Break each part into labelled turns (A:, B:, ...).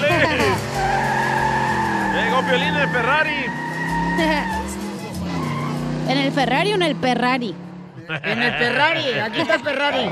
A: ¡Eh, el Ferrari.
B: ¿En el Ferrari o en el Ferrari?
C: En el Ferrari, aquí está el Ferrari.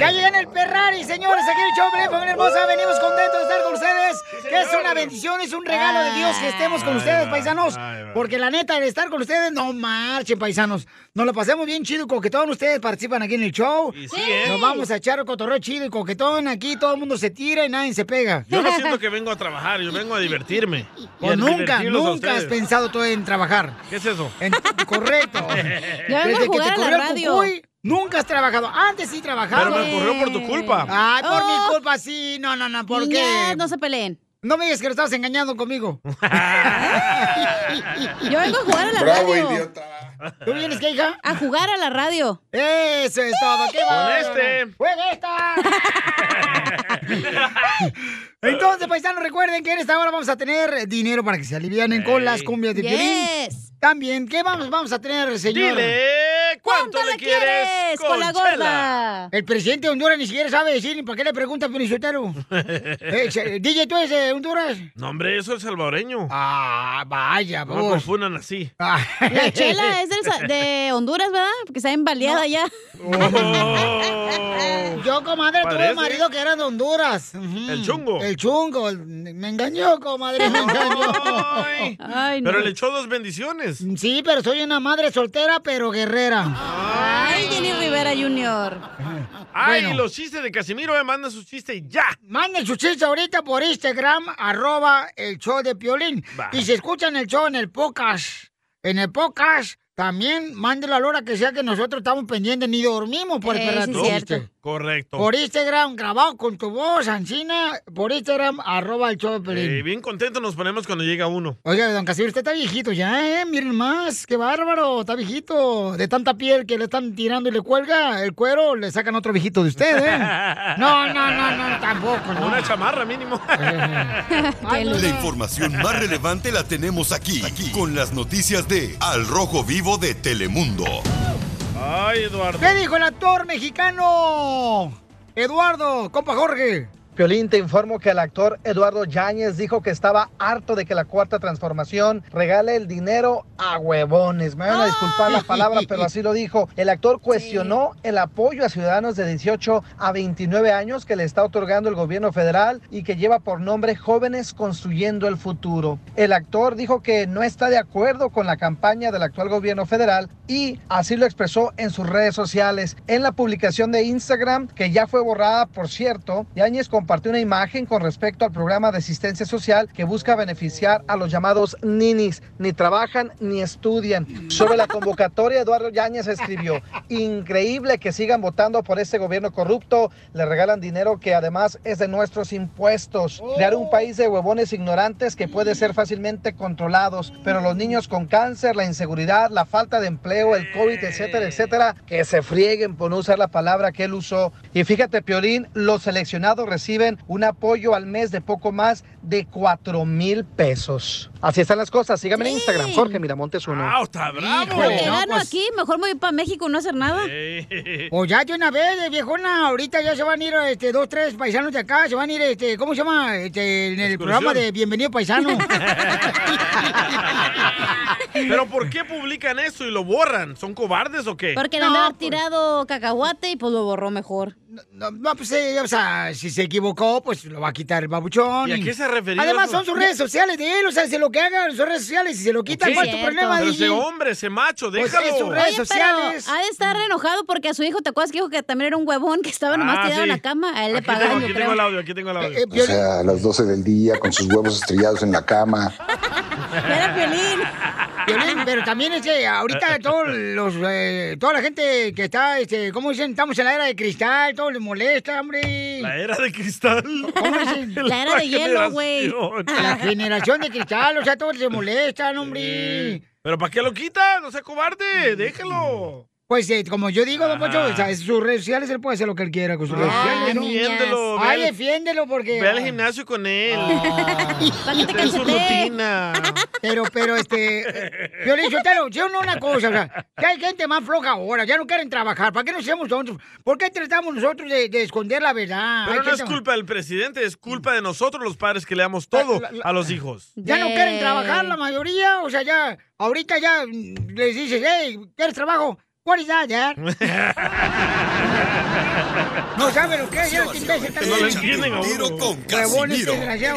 C: Ya llegué en el Ferrari, señores, aquí el show, Pelín, familia
A: Uh.
C: hermosa, venimos contentos de estar con ustedes, que es una bendición, es un regalo de Dios que estemos con
D: Ay,
C: ustedes,
D: va,
C: paisanos,
D: ay, va.
C: porque la neta, el estar con ustedes, no marchen, paisanos, nos lo pasemos bien chido y coquetón, ustedes participan aquí en el show,
A: sí, ¿eh?
C: nos vamos a echar cotorreo chido y coquetón, aquí todo el mundo se tira y nadie se pega.
A: Yo no siento que vengo a trabajar, yo vengo a divertirme. Y
C: O
A: a
C: nunca,
A: divertirlos a
C: nunca has
A: ustedes.
C: pensado tú en trabajar.
A: ¿Qué es eso?
C: En- correcto.
A: Ya vengo a
C: Desde
A: jugar
C: que
A: a
C: te
A: la
C: corrió el
A: radio.
C: Cucuy, nunca has trabajado. Antes sí trabajaba.
A: Pero me corrió por tu culpa.
C: Ay, por
A: Oh.
C: mi culpa sí. No, no, no, ¿por
B: Niñas,
C: qué?
B: no se peleen.
C: No me digas que lo estabas engañando conmigo.
B: Yo vengo a jugar a la radio.
C: ¿Tú vienes qué, hija?
B: A jugar a la radio.
C: Eso es todo. ¡Qué bárbaro!
B: este.
C: ¡Juega esta! Entonces, paisanos, recuerden que en esta hora vamos a tener dinero para que se alivianen con las cumbias de violín. También, ¿qué vamos, vamos a tener, señor?
A: Dile, ¿cuánto le quieres con Chela?
C: El presidente de Honduras ni siquiera sabe decir ni para qué le pregunta a Pelichotero. DJ, ¿tú eres de Honduras?
A: No, hombre, eso es salvadoreño.
C: Ah, vaya,
A: No me
C: vos. Ah.
A: confundan así.
B: La chela es del Sa- de Honduras, ¿verdad? Porque está embaleada ya.
A: Oh.
C: Yo, comadre, tuve
B: Parece.
C: un Este marido que era de Honduras. Ujú.
A: El chungo.
C: El chungo. el- Me engañó, comadre, me engañó. Ay,
A: Pero le echó dos bendiciones.
C: Sí, pero soy una madre soltera, pero guerrera.
A: Ah.
B: Ay, Jenny Rivera Junior.
A: Ay,
C: Bueno.
A: los chistes de Casimiro, me manda sus chistes y ya.
C: Manden su chiste ahorita por Instagram, arroba el show de Piolín.
A: Va.
C: Y si escuchan el show en el podcast, en el podcast, también mándenlo a la hora que sea que nosotros estamos pendientes, ni dormimos por
A: Eh,
C: esperar
A: sí,
C: tu
A: cierto.
C: chiste.
A: Correcto. Eh,
C: Por Instagram, grabado con tu voz, Ancina, por Instagram, arroba el show de Piolín.
A: Eh, bien contentos nos ponemos cuando llega uno.
C: Oiga, don Casimiro, usted está viejito ya, ¿eh? Miren más, qué bárbaro, está viejito. De tanta piel que le están tirando y le cuelga el cuero, le sacan otro viejito de usted, ¿eh? No, no, no, no, tampoco, no.
A: Una chamarra mínimo.
E: La información más relevante la tenemos aquí, aquí, con las noticias de Al Rojo Vivo de Telemundo.
A: Ay, Eduardo.
C: ¿Qué dijo el actor mexicano? Eduardo, compa Jorge.
F: Piolín, te informo que el actor Eduardo Yáñez dijo que estaba harto de que la cuarta transformación regale el dinero a huevones. Me van a disculpar la palabra, pero así lo dijo. El actor cuestionó el apoyo a ciudadanos de 18 a 29 años que le está otorgando el gobierno federal y que lleva por nombre Jóvenes Construyendo el Futuro. El actor dijo que no está de acuerdo con la campaña del actual gobierno federal y así lo expresó en sus redes sociales. En la publicación de Instagram, que ya fue borrada, por cierto, Yáñez compartió una imagen con respecto al programa de asistencia social que busca beneficiar a los llamados ninis, ni trabajan ni estudian. Sobre la convocatoria, Eduardo Yáñez escribió, increíble que sigan votando por este gobierno corrupto, le regalan dinero que además es de nuestros impuestos. Crear un país de huevones ignorantes que puede ser fácilmente controlados, pero los niños con cáncer, la inseguridad, la falta de empleo, el COVID, etcétera, etcétera, que se frieguen por no usar la palabra que él usó. Y fíjate, Piolín, los seleccionados reciben un apoyo al mes de poco más de 4 mil pesos. Así están las cosas. Síganme en Instagram, Jorge Miramontes uno.
B: Lo que gano aquí, mejor me voy para México y no hacer nada.
C: Pues ya de una vez, eh, viejona, ahorita ya se van a ir este, dos, tres paisanos de acá, se van a ir, este, ¿cómo se llama? Este, en el programa de Bienvenido Paisano.
A: Pero ¿por qué publican eso y lo borran? ¿Son cobardes o qué?
B: Porque le andaba tirado cacahuate y pues lo borró mejor.
C: pues. No, no, pues, eh, o sea, si se equivocó, pues lo va a quitar el babuchón.
A: ¿Y a qué se refería
C: Además,
A: eso?
C: son sus redes sociales de él, o sea, se lo que hagan en sus redes sociales, si se lo quitan, ¿cuál es tu problema,
A: Pero
C: DJ?
A: ese hombre, ese macho,
C: Pues
A: déjalo.
C: es sus redes
B: Oye,
C: sociales. Mm.
B: pero ha de estar enojado porque a su hijo, ¿te acuerdas que dijo que también era un huevón que estaba nomás
A: Ah,
B: tirado en
A: sí.
B: la cama? A él le
A: Aquí tengo,
B: pagaron,
A: aquí
B: yo
A: tengo
B: creo.
A: el audio, aquí tengo el
C: Eh,
A: audio.
G: O sea, a las 12 del día con sus huevos estrellados en la cama.
B: Era Piolín.
C: Piolín, pero también es que ahorita todos los, eh, toda la gente que está, este, ¿cómo dicen? Estamos en la era de cristal, todo les molesta, hombre.
A: La era de cristal.
C: ¿Cómo dicen?
A: La era de hielo, güey. generación.
C: La generación de cristal, o sea, todos les molestan, hombre.
A: Pero ¿para qué lo quitan? No sea cobarde, déjalo.
C: Pues eh, como yo digo, don Poncho, o sea, en sus redes sociales él puede hacer lo que él quiera con sus redes sociales. ¿no?
A: defiéndelo,
C: Ay,
A: ve al-
C: defiéndelo porque...
A: Ve al gimnasio con él.
B: que te
A: Ten su
B: cachetee.
A: rutina.
C: Ah. Pero, pero, este. Yo le digo, yo no una cosa, o sea, que hay gente más floja ahora, ya no quieren trabajar. ¿Para qué nos hacemos nosotros? ¿Por qué tratamos nosotros de, de esconder la verdad?
A: Pero
C: Hay
A: no es
C: gente-
A: culpa del presidente, es culpa de nosotros los padres que le damos todo a los hijos.
C: Ya no quieren trabajar la mayoría, o sea, ya, ahorita ya mm, les dices, hey, ¿quieres trabajo? ¿Cuál es that, Dad?" No saben lo que es, este imbécil está
A: No lo
C: bien.
A: entienden a uno.
E: Tiro con
C: Huevón, este
E: Casimiro.
C: desgraciado.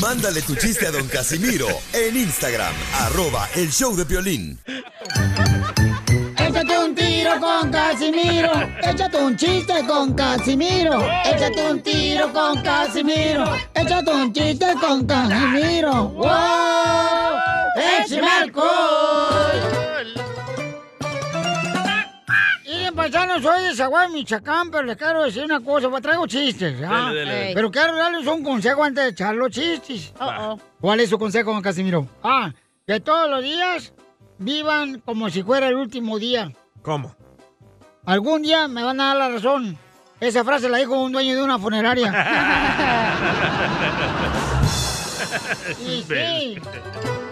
E: Mándale tu chiste a don Casimiro en Instagram, arroba el show de violín.
C: Échate un tiro con Casimiro. Échate un chiste con Casimiro. Échate un tiro con Casimiro. Échate un chiste con Casimiro. ¡Wow! ¡Échame alcohol! Miren, paisanos, soy de Zaguay, Michoacán, pero les quiero decir una cosa, pues traigo chistes, ¿ah?
A: Dale, dale, dale.
C: Pero quiero darles un consejo antes de echar los chistes. ¿Cuál es su consejo, don Casimiro? Ah, que todos los días vivan como si fuera el último día.
A: ¿Cómo?
C: Algún día me van a dar la razón. Esa frase la dijo un dueño de una funeraria. Y sí.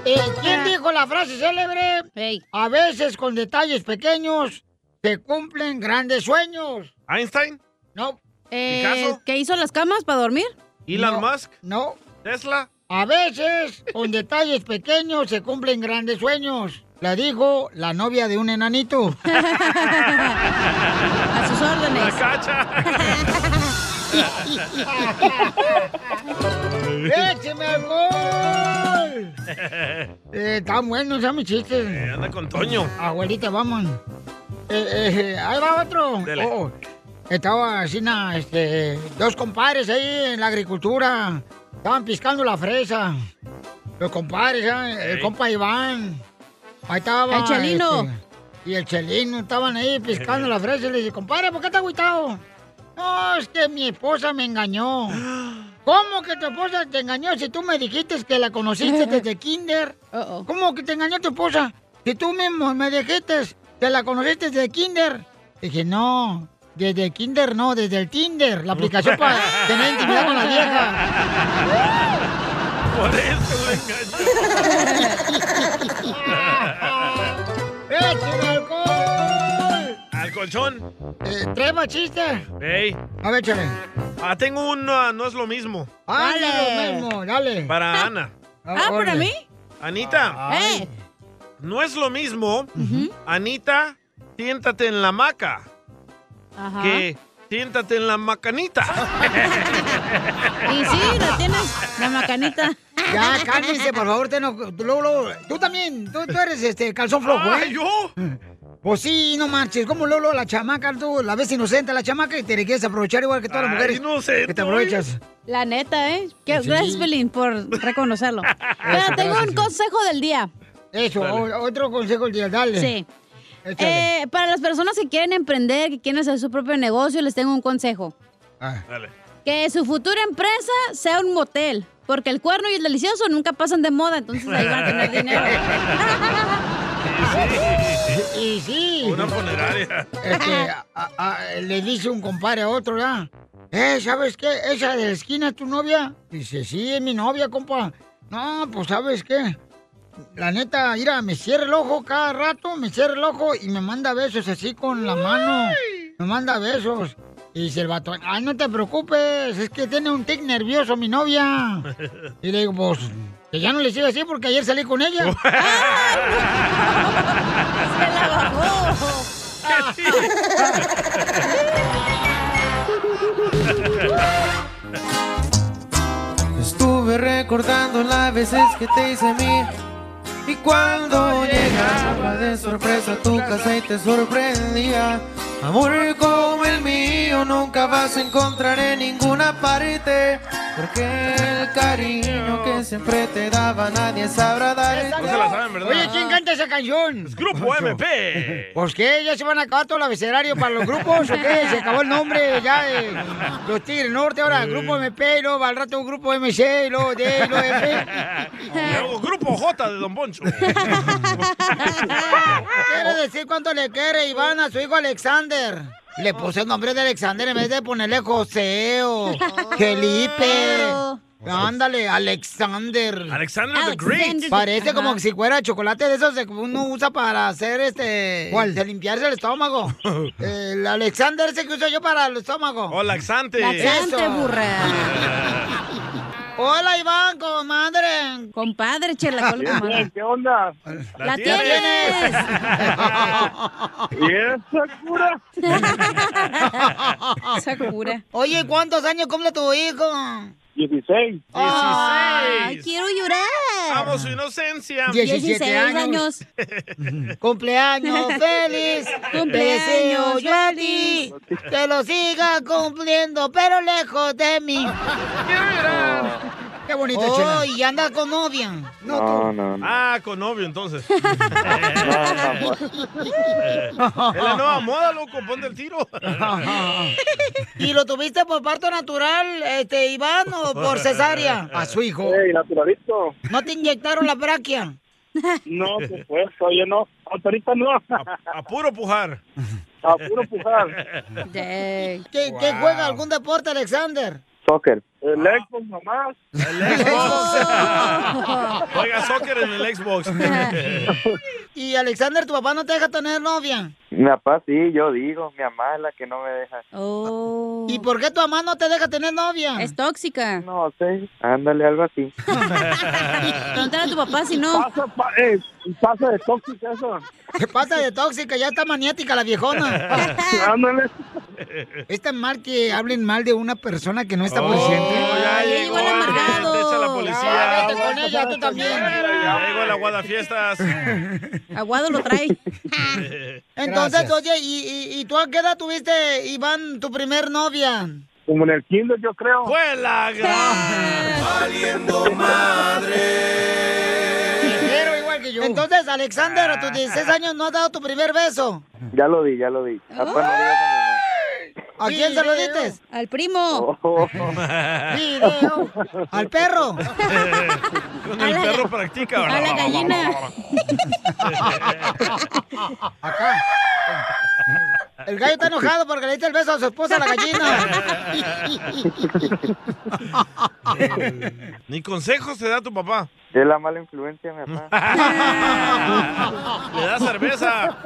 C: Eh, ¿Quién dijo la frase célebre?
B: Ey.
C: A veces con detalles pequeños se cumplen grandes sueños.
A: ¿Einstein?
C: No,
B: Eh,
A: ¿Picasso?
B: ¿Qué hizo las camas para dormir?
A: ¿Elon
C: No.
A: Musk?
C: no.
A: ¿Tesla?
C: A veces con detalles pequeños se cumplen grandes sueños. La dijo la novia de un enanito.
B: A sus órdenes.
C: ¡Écheme alcohol! Eh, tan buenos ya mis chistes.
A: Eh, Anda con Toño.
C: Abuelita, vamos. Eh, eh, eh, ahí va otro.
A: Dele.
C: Oh, estaba así, na, este, dos compadres ahí en la agricultura. Estaban piscando la fresa. Los compadres, ah, el
A: Ey.
C: compa Iván. Ahí estaba.
B: El Chelino.
C: este, y el chelino estaban ahí piscando la fresa. Y le dije, compadre, ¿por qué te agüitado? No, es que mi esposa me engañó. ¿Cómo que tu esposa te engañó si tú me dijiste que la conociste desde kinder?
B: Uh-oh.
C: ¿Cómo que te engañó tu esposa? Si tú mismo me dijiste que la conociste desde Kinder. Dije, no, desde Kinder no, desde el Tinder, la aplicación para tener intimidad con la vieja.
A: Por eso le engañó.
C: ¡Échame alcohol!
A: Al colchón.
C: Eh, ¿Tres más chistes?
A: Ey.
C: A ver, échale.
A: Ah, tengo uno, no es lo mismo.
C: Ah,
B: Dale.
C: dale lo mismo, dale.
A: Para Ana.
B: Ah, ¿para
C: Órale.
B: mí?
A: Anita,
C: Ay.
B: Eh.
A: no es lo mismo. Anita, siéntate en la hamaca.
B: Ajá.
A: Que siéntate en la macanita.
B: Y sí, la tienes, la macanita.
C: Ya, cálmense, por favor. Te no, tú, luego, luego- tú también, tú, tú eres este calzón flojo,
A: Ah,
C: ¿eh?
A: yo?
C: Pues sí, no marches. ¿Cómo Lolo, la chamaca, tú la ves inocente, la chamaca, y te le quieres aprovechar igual que todas las
A: Ay,
C: mujeres?
A: inocente,
C: Que te aprovechas.
B: La neta, ¿eh? Qué-
C: Sí.
B: Gracias, Pelín, por reconocerlo. Pero tengo
C: gracias,
B: un
C: sí.
B: consejo del día.
C: Eso, o- otro consejo el día, dale.
B: Sí.
C: Échale.
B: Eh, para las personas que quieren emprender, que quieren hacer su propio negocio, les tengo un consejo.
C: Ah.
A: Dale.
B: Que su futura empresa sea un motel. Porque el cuerno y el delicioso nunca pasan de moda, entonces ahí van a tener dinero.
C: Y sí,
A: Una funeraria.
C: este, a- a- le dice un compadre a otro, ¿verdad? Eh, ¿sabes qué? ¿Esa de la esquina es tu novia? Dice, sí, es mi novia, compa. No, pues, ¿sabes qué? La neta, mira, me cierra el ojo cada rato, me cierra el ojo y me manda besos así con la mano. Me manda besos. Y dice el vato, ay, no te preocupes, es que tiene un tic nervioso mi novia. Y le digo, pues, que ya no le sigo así porque ayer salí con ella.
B: Se la bajó.
D: Estuve recordando las veces que te hice a mí y cuando llegaba de sorpresa a tu casa y te sorprendía. Amor como el mío nunca vas a encontrar en ninguna parte. Porque el cariño que siempre te daba nadie sabrá dar.
A: No se la saben, ¿verdad?
C: Oye, ¿quién canta esa canción?
A: Grupo MP.
C: ¿Pues qué? ¿Ya se van a acabar todo el abecedario para los grupos o qué? Se acabó el nombre ya eh. de los Tigres Norte, ahora Grupo MP, y luego al rato Grupo MC, y luego D, y luego F.
A: Y luego, Grupo J de Don Poncho.
C: Quiere decir cuánto le quiere Iván a su hijo Alexander. Le puse el nombre de Alexander en vez de ponerle José o Felipe. Ándale, Alexander.
A: Alexander the Great.
B: Alexander.
C: Parece
B: Ajá.
C: como si fuera chocolate de esos que uno usa para hacer este. ¿Cuál? De limpiarse el estómago. el Alexander ese que uso yo para el estómago.
A: O laxante.
B: Laxante,
C: Eso.
B: burra.
C: Hola, Iván, comadre.
B: Compadre, chela, col, comadre.
H: ¿Qué onda?
A: ¿La
B: ¡La
A: tienes?
B: tienes!
H: ¿Y esa cura?
B: Esa cura.
C: Oye, ¿cuántos años cumple tu hijo?
H: 16.
B: Ay,
A: 16.
B: quiero llorar.
A: Amo su inocencia.
C: Die-
B: 16 años.
C: Cumpleaños feliz.
B: Cumpleaños
C: Te deseo yo a ti. Que lo siga cumpliendo, pero lejos de mí. Qué bonito, oh, y anda con novia. No, tú.
H: No, no, no.
A: Ah, con novio, entonces. Es la nueva moda, loco. Ponte el tiro.
C: ¿Y lo tuviste por parto natural, este, Iván, o por cesárea? A su hijo.
H: Ey, naturalito.
C: ¿No te inyectaron la braquia?
H: No, pues, pues, oye, no. Hasta ahorita no. A
A: A puro pujar.
H: puro pujar.
B: Yay.
C: ¿Qué, qué juega algún deporte, Alexander?
H: Soccer. El Xbox Pues nomás.
A: El Xbox. Juega soccer en el Xbox.
C: Y Alexander, tu papá no te deja tener novia.
H: Mi papá sí, yo digo. Mi mamá es la que no me deja.
B: Oh.
C: ¿Y por qué tu mamá no te deja tener novia?
B: Es tóxica.
H: No sé. Ándale, algo así.
B: Pregúntale a tu papá si no.
H: Pasa, pa- eh, pasa de tóxica eso.
C: Se pasa de tóxica, ya está maniática la viejona.
H: Ándale.
C: ¿Es tan mal que hablen mal de una persona que no está
A: Oh,
C: presente?
A: ya
B: Ay,
A: llegó.
B: igual amargado.
A: Te echa la
C: Ya,
A: policía.
C: vete con ella, tú también.
A: Ya llegó la guadafiestas.
B: Aguado lo trae.
C: Entonces,
D: Gracias.
C: oye, ¿y, y, y tú a qué edad tuviste, Iván, tu primer novia?
H: Como en el kinder, yo creo.
A: Fue la gran.
C: Pero igual que yo. Entonces, Alexander, a tus 16 años no has dado tu primer beso.
H: Ya lo di, ya lo di.
C: Oh.
H: Ah, pues, no digas a mi mamá.
C: ¿A quién se lo diste?
B: Al primo.
H: Oh,
C: Video. Al perro.
A: Con
B: A
A: el
B: la-
A: perro practica.
B: A la gallina.
C: Acá. El gallo está enojado porque le diste el beso a su esposa, la gallina.
A: Ni consejos te da tu papá.
H: es la mala influencia, mi papá.
A: Le da cerveza.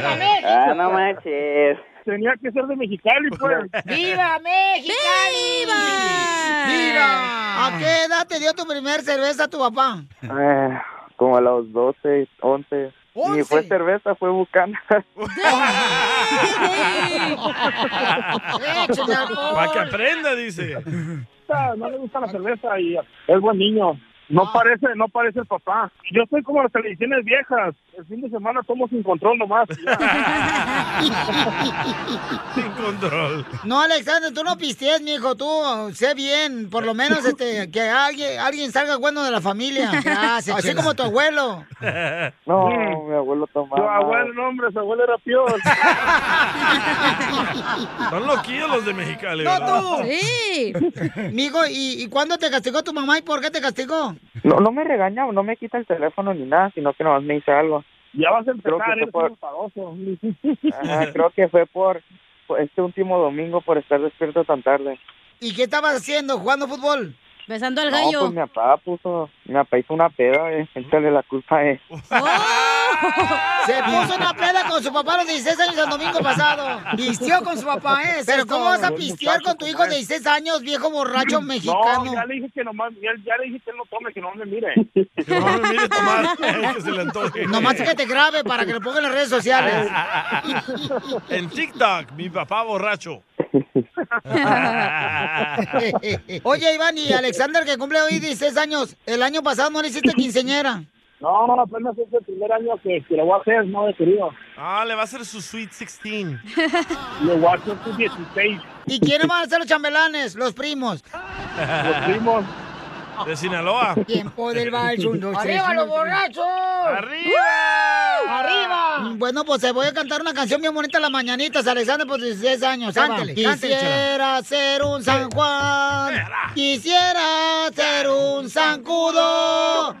I: Ah, no manches.
H: Tenía que ser de Mexicali, pues.
C: ¡Viva México!
B: ¡Viva!
C: ¡Viva! ¿A qué edad te dio tu primer cerveza tu papá?
H: Ah, como a los 12, 11. Ni fue
C: Once.
H: cerveza, fue bucana.
C: Échale alcohol.
A: Para que aprenda, dice.
H: No le gusta la cerveza y es buen niño. No parece, no parece el papá. Yo soy como las televisiones viejas. El fin de semana tomo sin control nomás.
A: Sin control.
C: No, Alexander, tú no pistees, mijo, tú uh, sé bien, por lo menos este, que alguien, alguien salga bueno de la familia.
B: Gracias,
C: Así como tu abuelo.
H: No, mi abuelo tomaba. Tu abuelo, no, hombre, su abuelo era peor.
A: Son loquillos los de Mexicali.
C: ¡No
A: ¿verdad?
C: tú!
B: Sí.
C: Mijo, ¿y, ¿y cuándo te castigó tu mamá y por qué te castigó?
I: No, no me regaña, no me quita el teléfono ni nada, sino que nomás me dice algo.
H: Ya vas a empezar, ¿eh?
I: Creo que fue
H: eres
I: por-
H: un enfadoso.
I: Ajá, creo que fue por, por este último domingo por estar despierto tan tarde.
C: ¿Y qué estabas haciendo? ¿Jugando fútbol?
B: Besando al
I: No, pues
B: gallo.
I: mi papá puso, mi papá hizo una peda, eh, échale la culpa a él.
C: Se puso una peda con su papá a los 16 años el domingo pasado. Pisteó con su papá, ¿eh? Pero ¿cómo vas a pistear con tu hijo de 16 años, viejo borracho mexicano?
H: No, ya le dije que nomás, ya, ya le dije que no tome, que no me mire.
A: Que no me mire tomar. Que se le antoje.
C: Nomás que te grabe para que lo ponga en las redes sociales.
A: En TikTok, mi papá borracho.
C: Oye, Iván, y Alexander, que cumple hoy 16 años, el año pasado no le hiciste quinceñera.
H: No, no, apenas es el primer año que, que lo voy a hacer, no, de querido.
A: Ah, le va a hacer su Sweet 16.
H: Lo voy a hacer sus 16.
C: ¿Y quiénes van a ser los chambelanes? Los primos.
A: Los primos. De Sinaloa.
C: Tiempo del vals, un, dos, tres,
A: ¡Arriba
C: uno,
A: los
C: tres.
A: borrachos! ¡Arriba!
C: ¡Woo! Mm, Bueno, pues te voy a cantar una canción bien bonita, Las Mañanitas, Alexander, por 16 años. Ahí va.
J: Cántele, cántele,
C: Quisiera ser un San Juan, quisiera ser un zancudo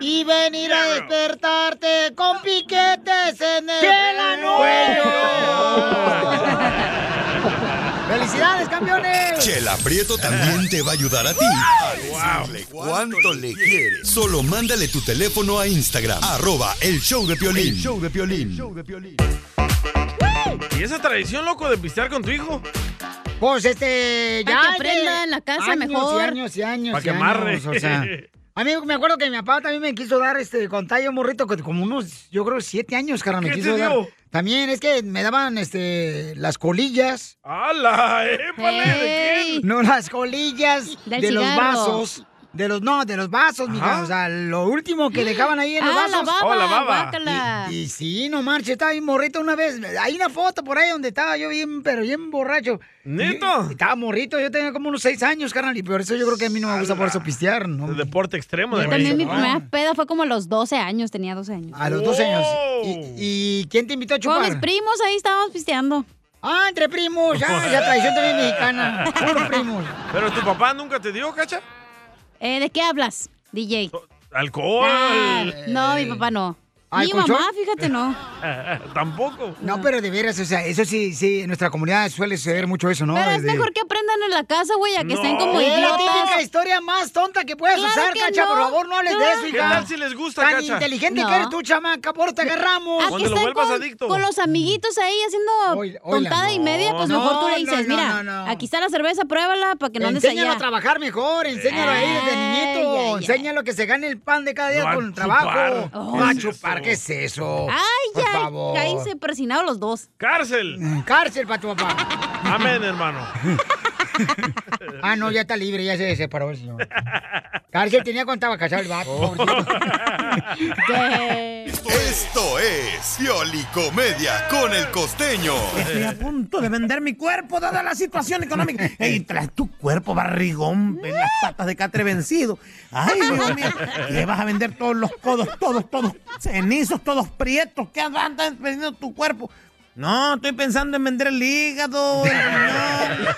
C: y venir a despertarte con piquetes en el cuello. ¡Felicidades, campeones!
E: Chela Prieto también te va a ayudar a ti a decirle cuánto le quieres. Solo mándale tu teléfono a Instagram, arroba el show de Piolín.
A: El show
E: de
A: ¿Y esa tradición, loco, de pistear con tu hijo?
C: Pues este, ya.
B: que
C: hay de
B: aprenda en la casa
C: años
B: mejor.
C: Y años y años.
A: Para
C: y
A: que
C: años,
A: amarre.
C: o sea. A mí me acuerdo que mi papá también me quiso dar este con tallo morrito que como unos, yo creo, siete años, carnal, me
A: ¿Qué te
C: quiso dar.
A: dio?
C: También es que me daban este las colillas.
A: ¡Hala! ¡Épale! ¿De quién?
C: No, las colillas
B: Del
C: de los
B: cigarro.
C: vasos. De los, no, de los vasos, mija. O sea, lo último que dejaban ahí en los
B: Ah,
C: vasos.
B: la baba, Oh, la baba. guácala.
C: Y, y sí, no marches, estaba bien morrito una vez. Hay una foto por ahí donde estaba yo bien, pero bien borracho.
A: ¿Nito?
C: Y- Estaba morrito, yo tenía como unos seis años, carnal, y por eso yo creo que a mí no me gusta por eso pistear, ¿no?
A: El deporte extremo de
B: Yo también mi
A: México.
B: primera peda fue como a los 12 años, tenía 12 años.
C: ¿eh? A los 12 años. ¿Y, y quién te invitó a
B: Con mis
C: chupar?
B: primos ahí estábamos pisteando.
C: Ah, entre primos, ya, ya traición también mexicana. Puro primos.
A: ¿Pero tu papá nunca te dio, cacha?
B: Eh, ¿De qué hablas, DJ?
A: ¡Alcohol!
B: Ah, no, mi papá no.
C: Ay,
B: mi
C: ¿colchón?
B: mamá, fíjate, no.
A: Tampoco.
C: No, pero de veras, o sea, eso sí, sí, en nuestra comunidad suele suceder mucho eso, ¿no?
B: Pero es
C: De-
B: mejor que aprendan en la casa, güey, a que estén como
C: Es la típica
B: idiotas.
C: historia más tonta que puedes
B: Claro
C: usar,
B: que
C: Cacha.
B: no.
C: Por favor, no hables de eso,
B: ¿Qué
C: hija.
A: tal si les gusta,
C: Tan
A: Cacha?
C: inteligente
B: No.
C: que eres tú, chamaca. Por te agarramos.
B: A que estén con, con los amiguitos ahí haciendo
C: Oila, oila,
B: tontada y media, pues
C: no.
B: mejor tú
C: No,
B: le dices,
C: no,
B: mira,
C: no, no.
B: aquí está la cerveza, pruébala para que no andes
C: enséñalo
B: allá.
C: a trabajar mejor, enséñalo ahí desde
B: Ay,
C: niñito.
B: ay, ay.
C: Enséñalo que se gane el pan de cada día
A: No a
C: con el
A: chupar.
C: trabajo.
A: Oh.
C: No a
A: ¿Qué es
C: chupar,
A: eso?
C: ¿qué es eso?
B: Ay,
C: Por
B: ya,
C: favor. Mm,
B: ahí se persinaron los dos.
A: ¡Cárcel!
C: Cárcel para tu papá.
A: Amén, hermano.
C: Ah, no, ya está libre, ya se separó el señor. Cárcel tenía cuando estaba casado el vato.
A: Oh.
E: Esto es Pioli Comedia con el costeño.
J: Estoy a punto de vender mi cuerpo dada la situación económica. Ey, traes tu cuerpo barrigón en las patas de catre vencido. Ay, Dios mío, le vas a vender todos los codos, todos, todos cenizos, todos prietos. ¿Qué andas vendiendo tu cuerpo? No, estoy pensando en vender el hígado, el riñón.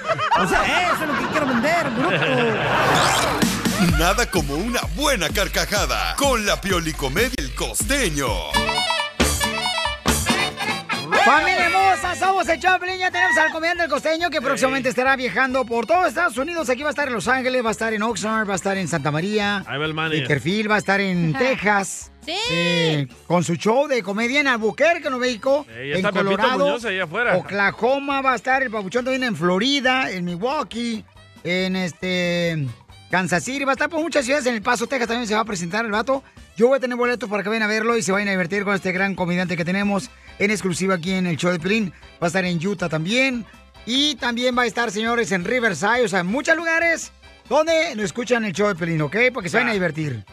J: O sea, eso es lo que quiero vender, bruto.
E: Nada como una buena carcajada con la Pioli Comedia el costeño.
C: Familia hermosa, somos el Chaplin, ya tenemos al comediante del costeño que próximamente estará viajando por todo Estados Unidos. Aquí va a estar en Los Ángeles, va a estar en Oxnard, va a estar en Santa María,
A: Ahí va el mania.
C: Bakersfield, va a estar en Texas.
B: Sí.
C: eh, con su show de comedia en Albuquerque, Nuevo México,
A: Eh, ya
C: en
A: está Pepito
C: Colorado,
A: Muñoz allá afuera.
C: Oklahoma va a estar, el Papuchón también en Florida, en Milwaukee, en este Kansas City, va a estar por muchas ciudades, en El Paso, Texas también se va a presentar el vato. Yo voy a tener boletos para que vayan a verlo y se vayan a divertir con este gran comediante que tenemos en exclusiva aquí en el show de Pelín. Va a estar en Utah también. Y también va a estar, señores, en Riverside, o sea, en muchos lugares donde lo escuchan el show de Pelín, ¿ok? Para que se vayan a divertir.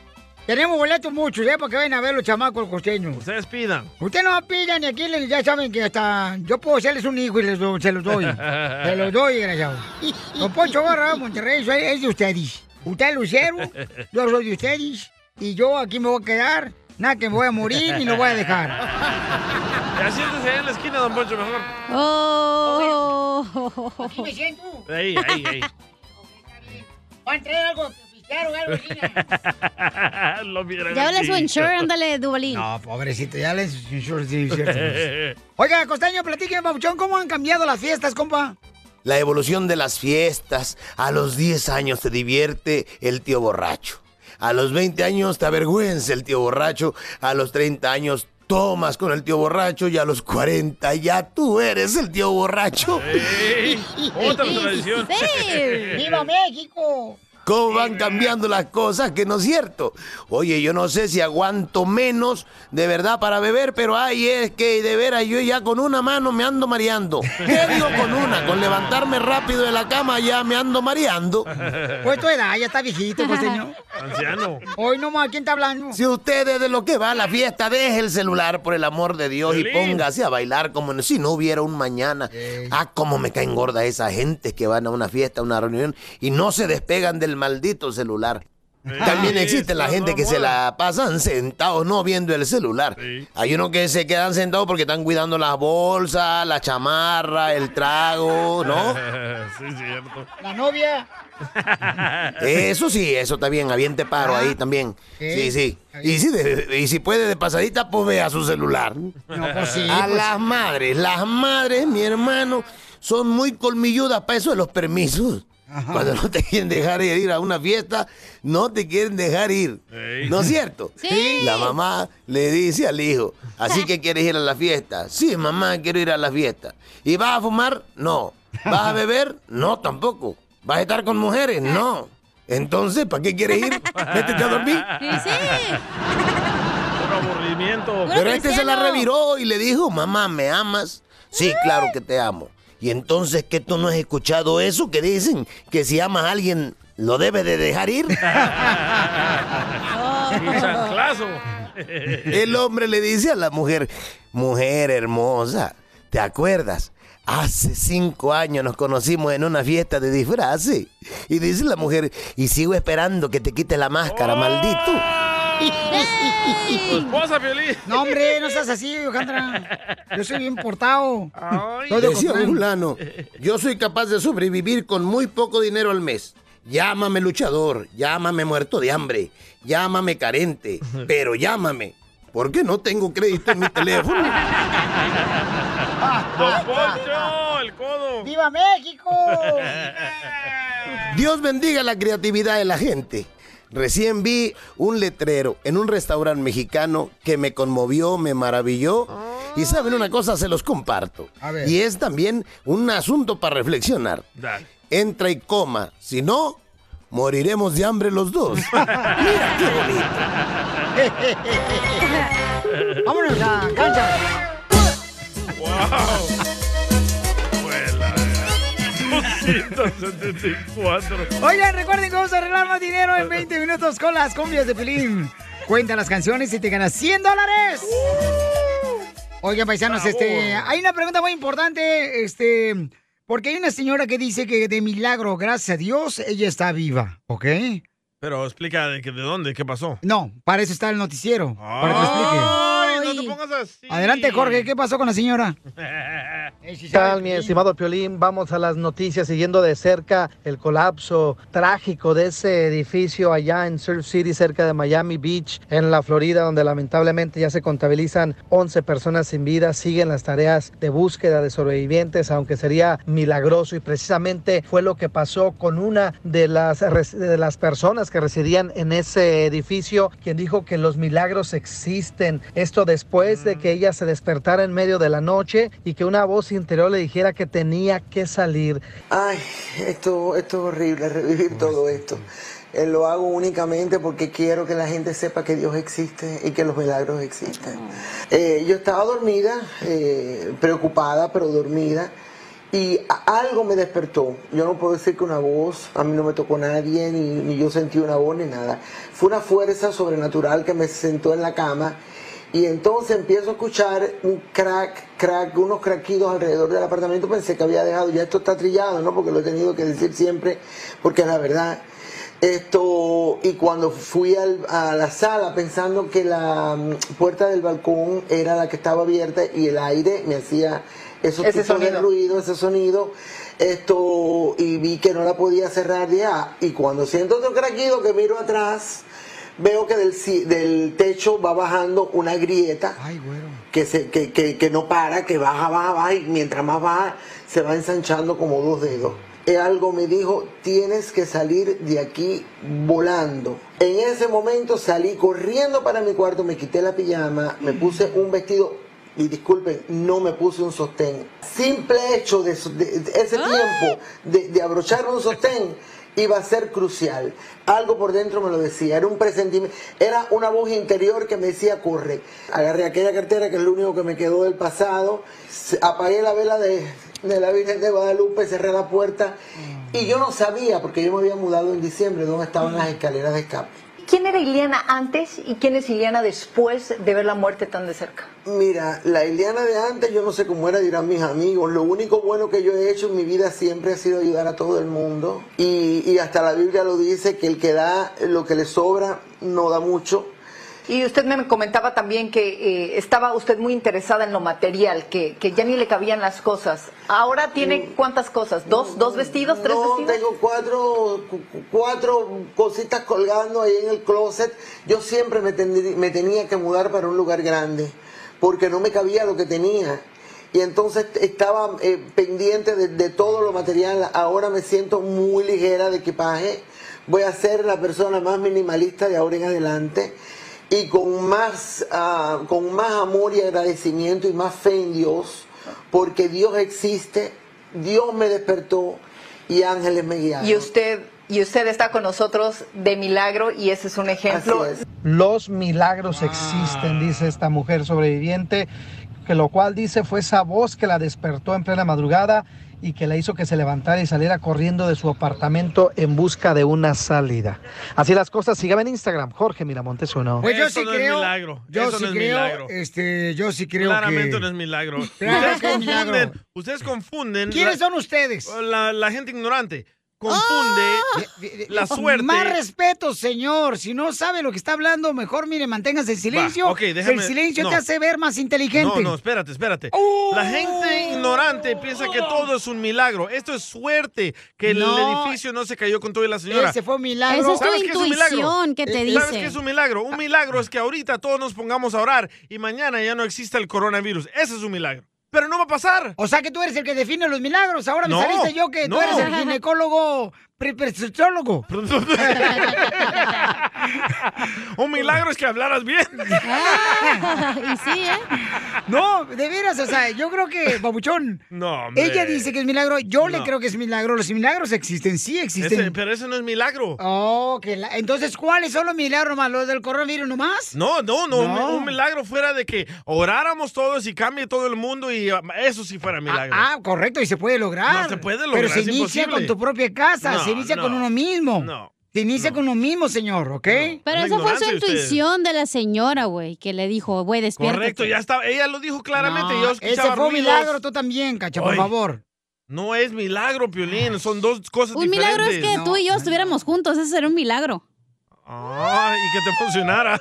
C: Tenemos boletos muchos, ¿eh? Para que vayan a verlo, chamaco, el costeño.
A: Ustedes pidan.
C: Ustedes no pillan y aquí les- ya saben que hasta yo puedo serles un hijo y les do- se los doy. se los doy, desgraciado. Don Poncho Barra, Monterrey, soy- es de ustedes. Usted es lucero, yo soy de ustedes y yo aquí me voy a quedar. Nada, que me voy a morir y no voy a dejar.
A: Ya siéntese ahí en la esquina, don Poncho, mejor.
B: Oh.
C: Aquí me siento.
A: Ahí, ahí, ahí.
C: ¿Van a traer algo? ¿Pistearon algo,
A: Lo vieron
B: Ya habla
A: aquí.
B: su insure, ándale, Dubalín.
C: No, pobrecito, ya les... sí, cierto. Oiga, Costeño, platíqueme, Pabuchón, ¿cómo han cambiado las fiestas, compa?
K: La evolución de las fiestas. A los 10 años te divierte el tío borracho. A los 20 años te avergüenza el tío borracho. A los 30 años tomas con el tío borracho. Y a los 40 ya tú eres el tío borracho.
A: Otra tradición.
C: ¡Viva México!
K: ¿Cómo van cambiando las cosas? Que no es cierto. Oye, yo no sé si aguanto menos de verdad para beber, pero ay, es que de veras yo ya con una mano me ando mareando. ¿Qué digo con una? Con levantarme rápido de la cama ya me ando mareando.
C: Pues tu edad, ya está viejito, Costeño.
A: Anciano.
C: Hoy no más, ¿quién está hablando?
K: Si ustedes de lo que va a la fiesta, deje el celular por el amor de Dios y
C: Piolín.
K: póngase a bailar como si no hubiera un mañana. Ah, cómo me caen gorda esa gente que van a una fiesta, a una reunión y no se despegan del maldito celular. También existe la gente que se la pasan sentados, no viendo el celular. Hay unos que se quedan sentados porque están cuidando las bolsas, la chamarra, el trago, ¿no?
A: sí, es cierto.
C: La novia.
K: Eso sí, eso está bien, aviente paro
C: Ah.
K: ahí también.
C: Sí.
K: Sí, sí. Y si, de- y si puede de pasadita, pues vea su celular.
C: pues sí,
K: a
C: pues
K: las
C: sí.
K: madres, las madres, mi hermano, son muy colmilludas para eso de los permisos. Cuando no te quieren dejar ir a una fiesta, no te quieren dejar ir.
A: Ey.
K: ¿No es cierto?
A: Sí. Ah.
K: La mamá le dice al hijo, así que quieres ir a la fiesta. Sí, mamá, quiero ir a la fiesta. ¿Y vas a fumar? No. ¿Vas a beber? No, tampoco. ¿Vas a estar con mujeres? No. Entonces, ¿para qué quieres ir? Métete a dormir.
A: Sí, sí. Puro aburrimiento.
K: Pero este se la reviró y le dijo, mamá, ¿me amas? Sí, claro que te amo. Y entonces, ¿qué tú no has escuchado eso que dicen? Que si amas a alguien, lo debes de dejar ir.
A: Un chanclazo.
K: El hombre le dice a la mujer, mujer hermosa, ¿te acuerdas? Hace cinco años nos conocimos en una fiesta de disfraces. Y dice la mujer, y sigo esperando que te quites la máscara, maldito.
A: Oh. Tu esposa, Piolín.
C: No, hombre, no seas así, Alejandra. Yo soy bien portado. Soy de
K: Decía
C: Ocotlán.
K: un fulano, yo soy capaz de sobrevivir con muy poco dinero al mes. Llámame luchador, llámame muerto de hambre, llámame carente, pero llámame, porque no tengo crédito en mi teléfono.
A: Don Poncho, el codo.
C: ¡Viva México!
K: Dios bendiga la creatividad de la gente. Recién vi un letrero en un restaurante mexicano que me conmovió, me maravilló. Y saben una cosa, se los comparto. Y es también un asunto para reflexionar.
A: Dale.
K: Entra y coma, si no, moriremos de hambre los dos. Mira qué bonito.
C: Vámonos a cancha. Oigan, recuerden que vamos a arreglar más dinero en 20 minutos con las cumbias de Pelín. Cuenta las canciones y te ganas 100 dólares. Oigan, paisanos, este, hay una pregunta muy importante, este, porque hay una señora que dice que de milagro, gracias a Dios, ella está viva, ¿ok?
A: Pero explica de, que- de dónde, qué pasó.
C: No, para eso está el noticiero, para que
A: Ah,
C: explique.
A: Ay, no te pongas así.
C: Adelante, Jorge, ¿qué pasó con la señora?
F: ¿Qué tal, mi estimado Piolín? Vamos a las noticias siguiendo de cerca el colapso trágico de ese edificio allá en Surf City, cerca de Miami Beach, en la Florida, donde lamentablemente ya se contabilizan 11 personas sin vida. Siguen las tareas de búsqueda de sobrevivientes, aunque sería milagroso. Y precisamente fue lo que pasó con una de las, res- de las personas que residían en ese edificio, quien dijo que los milagros existen. Esto después de que ella se despertara en medio de la noche y que una voz interior le dijera que tenía que salir.
L: Ay, esto, esto es horrible, revivir todo esto. Eh, lo hago únicamente porque quiero que la gente sepa que Dios existe y que los milagros existen.
B: Mm.
L: Eh, yo estaba dormida, eh, preocupada, pero dormida, y a- algo me despertó. Yo no puedo decir que una voz, a mí no me tocó nadie, ni, ni yo sentí una voz, ni nada. Fue una fuerza sobrenatural que me sentó en la cama. Y entonces empiezo a escuchar un crack, crack, unos craquidos alrededor del apartamento. Pensé que había dejado, ya esto está trillado, ¿no? Porque lo he tenido que decir siempre, porque la verdad. Esto, y cuando fui al- a la sala pensando que la mm, puerta del balcón era la que estaba abierta y el aire me hacía esos
F: Ese
L: tipos de
F: sonido.
L: ruido, ese sonido, esto, y vi que no la podía cerrar ya. Y cuando siento otro craquido que miro atrás, veo que del, ci- del techo va bajando una grieta que, se, que, que- que no para, que baja, baja, baja, y mientras más baja, se va ensanchando como dos dedos. Y algo me dijo, tienes que salir de aquí volando. En ese momento salí corriendo para mi cuarto, me quité la pijama, me puse un vestido, y disculpen, no me puse un sostén. Simple hecho de, so- de- de ese tiempo de, de abrochar un sostén iba a ser crucial. Algo por dentro me lo decía, era un presentimiento, era una voz interior que me decía, corre. Agarré aquella cartera que es lo único que me quedó del pasado, se- apagué la vela de, de la Virgen de Guadalupe, cerré la puerta y yo no sabía, porque yo me había mudado en diciembre, dónde estaban las escaleras de escape.
M: ¿Quién era Iliana antes y quién es Iliana después de ver la muerte tan de cerca?
L: Mira, la Ileana de antes yo no sé cómo era, dirán mis amigos. Lo único bueno que yo he hecho en mi vida siempre ha sido ayudar a todo el mundo. Y, y hasta la Biblia lo dice, que el que da lo que le sobra no da mucho.
M: Y usted me comentaba también que eh, estaba usted muy interesada en lo material, que, que ya ni le cabían las cosas. Ahora tiene cuántas cosas? ¿Dos, Mm, dos vestidos? ¿Tres
L: no,
M: vestidos?
L: tengo cuatro, cu- cu- cuatro cositas colgando ahí en el closet. Yo siempre me, tendrí- me tenía que mudar para un lugar grande porque no me cabía lo que tenía. Y entonces estaba eh, pendiente de, de todo lo material. Ahora me siento muy ligera de equipaje. Voy a ser la persona más minimalista de ahora en adelante y con más, ah, con más amor y agradecimiento y más fe en Dios, porque Dios existe, Dios me despertó y ángeles me guiaron.
M: Y usted, y usted está con nosotros de milagro y ese es un ejemplo.
F: Los milagros
C: Ah.
F: existen, dice esta mujer sobreviviente, que lo cual dice fue esa voz que la despertó en plena madrugada y que la hizo que se levantara y saliera corriendo de su apartamento en busca de una salida. Así las cosas, sígame en Instagram, Jorge Miramontes uno.
C: Pues yo
A: Eso
C: sí
A: no es
C: creo.
A: milagro,
C: Yo
A: eso
C: sí
A: no es
C: creo.
A: milagro.
C: Este, yo sí creo
A: Claramente
C: que.
A: no es milagro.
C: Claro
A: ustedes,
C: que es milagro.
A: confunden, ustedes confunden.
C: ¿Quiénes
A: la-
C: son ustedes? Ah.
A: La, la gente ignorante confunde la suerte.
C: Eh, Más respeto, señor. Si no sabe lo que está hablando, mejor mire, manténgase en silencio.
A: Va, ok, déjame-
C: el silencio
A: no.
C: te hace ver más
A: No,
C: inteligente. Oh.
A: no, espérate, espérate. La gente ignorante piensa que todo es un milagro. Esto es suerte, que el
C: No.
A: edificio no se cayó con toda la señora.
C: Ese fue un milagro. Esa es tu
A: ¿Sabes qué un milagro?
B: intuición que te
A: ¿Sabes
B: dice.
A: qué es un milagro? Un milagro es que ahorita todos nos pongamos a orar y mañana ya no exista el coronavirus. Ese es un milagro. Pero no va a pasar.
C: O sea que tú eres el que define los milagros. Pues Ahora
A: No,
C: me saliste yo que
A: no.
C: tú eres el ginecólogo prepersólogo.
A: Un milagro es que hablaras bien.
C: y sí, ¿eh? No, de veras, o sea, yo creo que, babuchón.
A: No, hombre.
C: Ella dice que es milagro, yo le
A: No.
C: creo que es milagro. Los milagros existen, sí existen.
A: Ese- pero ese no es milagro.
C: Oh, que la- entonces, ¿cuáles son los milagros más? ¿Los del coronavirus nomás?
A: No, no, no,
C: No.
A: Un milagro fuera de que oráramos todos y cambie todo el mundo y ah, eso sí fuera milagro.
C: Ah, correcto, y se puede lograr.
A: No se puede
C: Pero
A: lograr,
C: se
A: es
C: inicia con
A: imposible.
C: tu propia casa,
A: No,
C: se inicia
A: no,
C: con uno mismo. Se inicia con uno mismo, señor, ¿ok?
B: Pero esa fue su intuición de la señora, güey, que le dijo, güey, despierta.
A: Correcto, ya está. Ella lo dijo claramente.
C: No,
A: yo
C: ese
A: escuchaba
C: fue un
A: ruidos.
C: milagro, tú también, cacha, por
A: Ay,
C: favor.
A: No es milagro, Piolín. Son dos cosas
B: Un
A: diferentes.
B: milagro es que tú y yo estuviéramos juntos, ese sería un milagro.
A: Ah, y que te funcionara.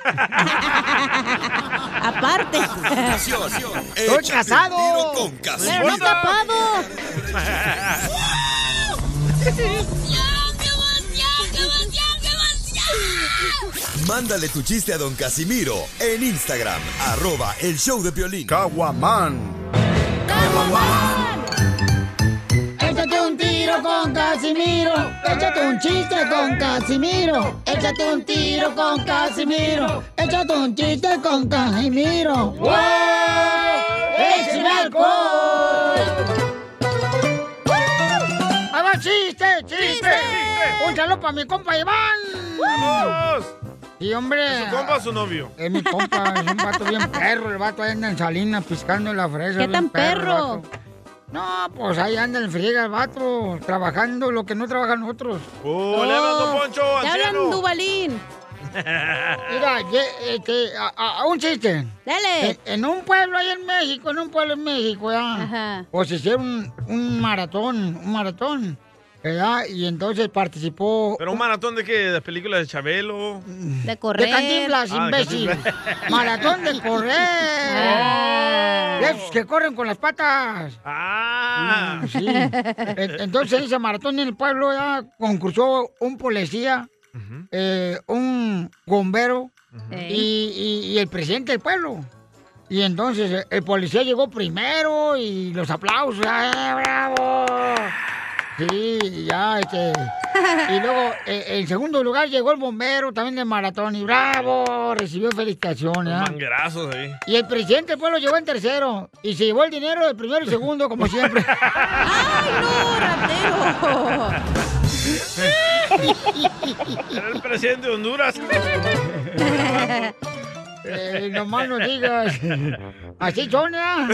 B: Aparte.
C: Estoy casado.
E: con Casimiro.
B: Pero no tapado.
E: Mándale tu chiste a don Casimiro en Instagram, arroba el show de violín. Caguaman.
C: Échate un tiro con Casimiro. Échate un chiste con Casimiro. Échate un tiro con Casimiro. Échate un chiste con Casimiro. ¡Wow! ¡Échame alcohol! ¡Ahí va, chiste, chiste! Un saludo para mi compa Iván.
A: ¡Vamos!
C: Y hombre.
A: ¿Es su compa o su novio?
C: Ah. Es mi compa, es un vato bien perro. El vato ahí anda en Salinas piscando la fresa.
B: ¿Qué
C: bien
B: tan
C: el
B: perro?
C: vato. No, pues ahí anda el friega el vato, trabajando lo que no trabajan otros.
A: ¡Oh, le hablan, don Poncho,
C: ¡Le
A: anciano!
C: hablan Dubalín! Mira, ye- este, a, a- a un chiste.
B: Dale.
C: En, en un pueblo ahí en México, en un pueblo en México, ya.
B: Ajá.
C: Pues hicieron un, un maratón, un maratón. ¿verdad? Y entonces participó.
A: ¿Pero un maratón de qué? ¿De películas de Chabelo?
B: De
C: correr. Cantinflas, imbécil. Maratón de correr. De esos que corren con las patas. Mm,
A: Ah.
C: Sí. En- Entonces en ese maratón en el pueblo ya concursó un policía, eh, un bombero y, y- y el presidente del pueblo. Y entonces eh, el policía llegó primero y los aplausos. ¡eh, bravo! Sí, y ya, este. Y luego, eh, en segundo lugar, llegó el bombero también del maratón y bravo, recibió felicitaciones. ¿ah?
A: Manguerazos ahí.
C: Y el presidente del pueblo llegó en tercero. Y se llevó el dinero del primero y segundo, como siempre.
A: Era el presidente de Honduras.
C: Eh, nomás no digas. Así son, ¿ah?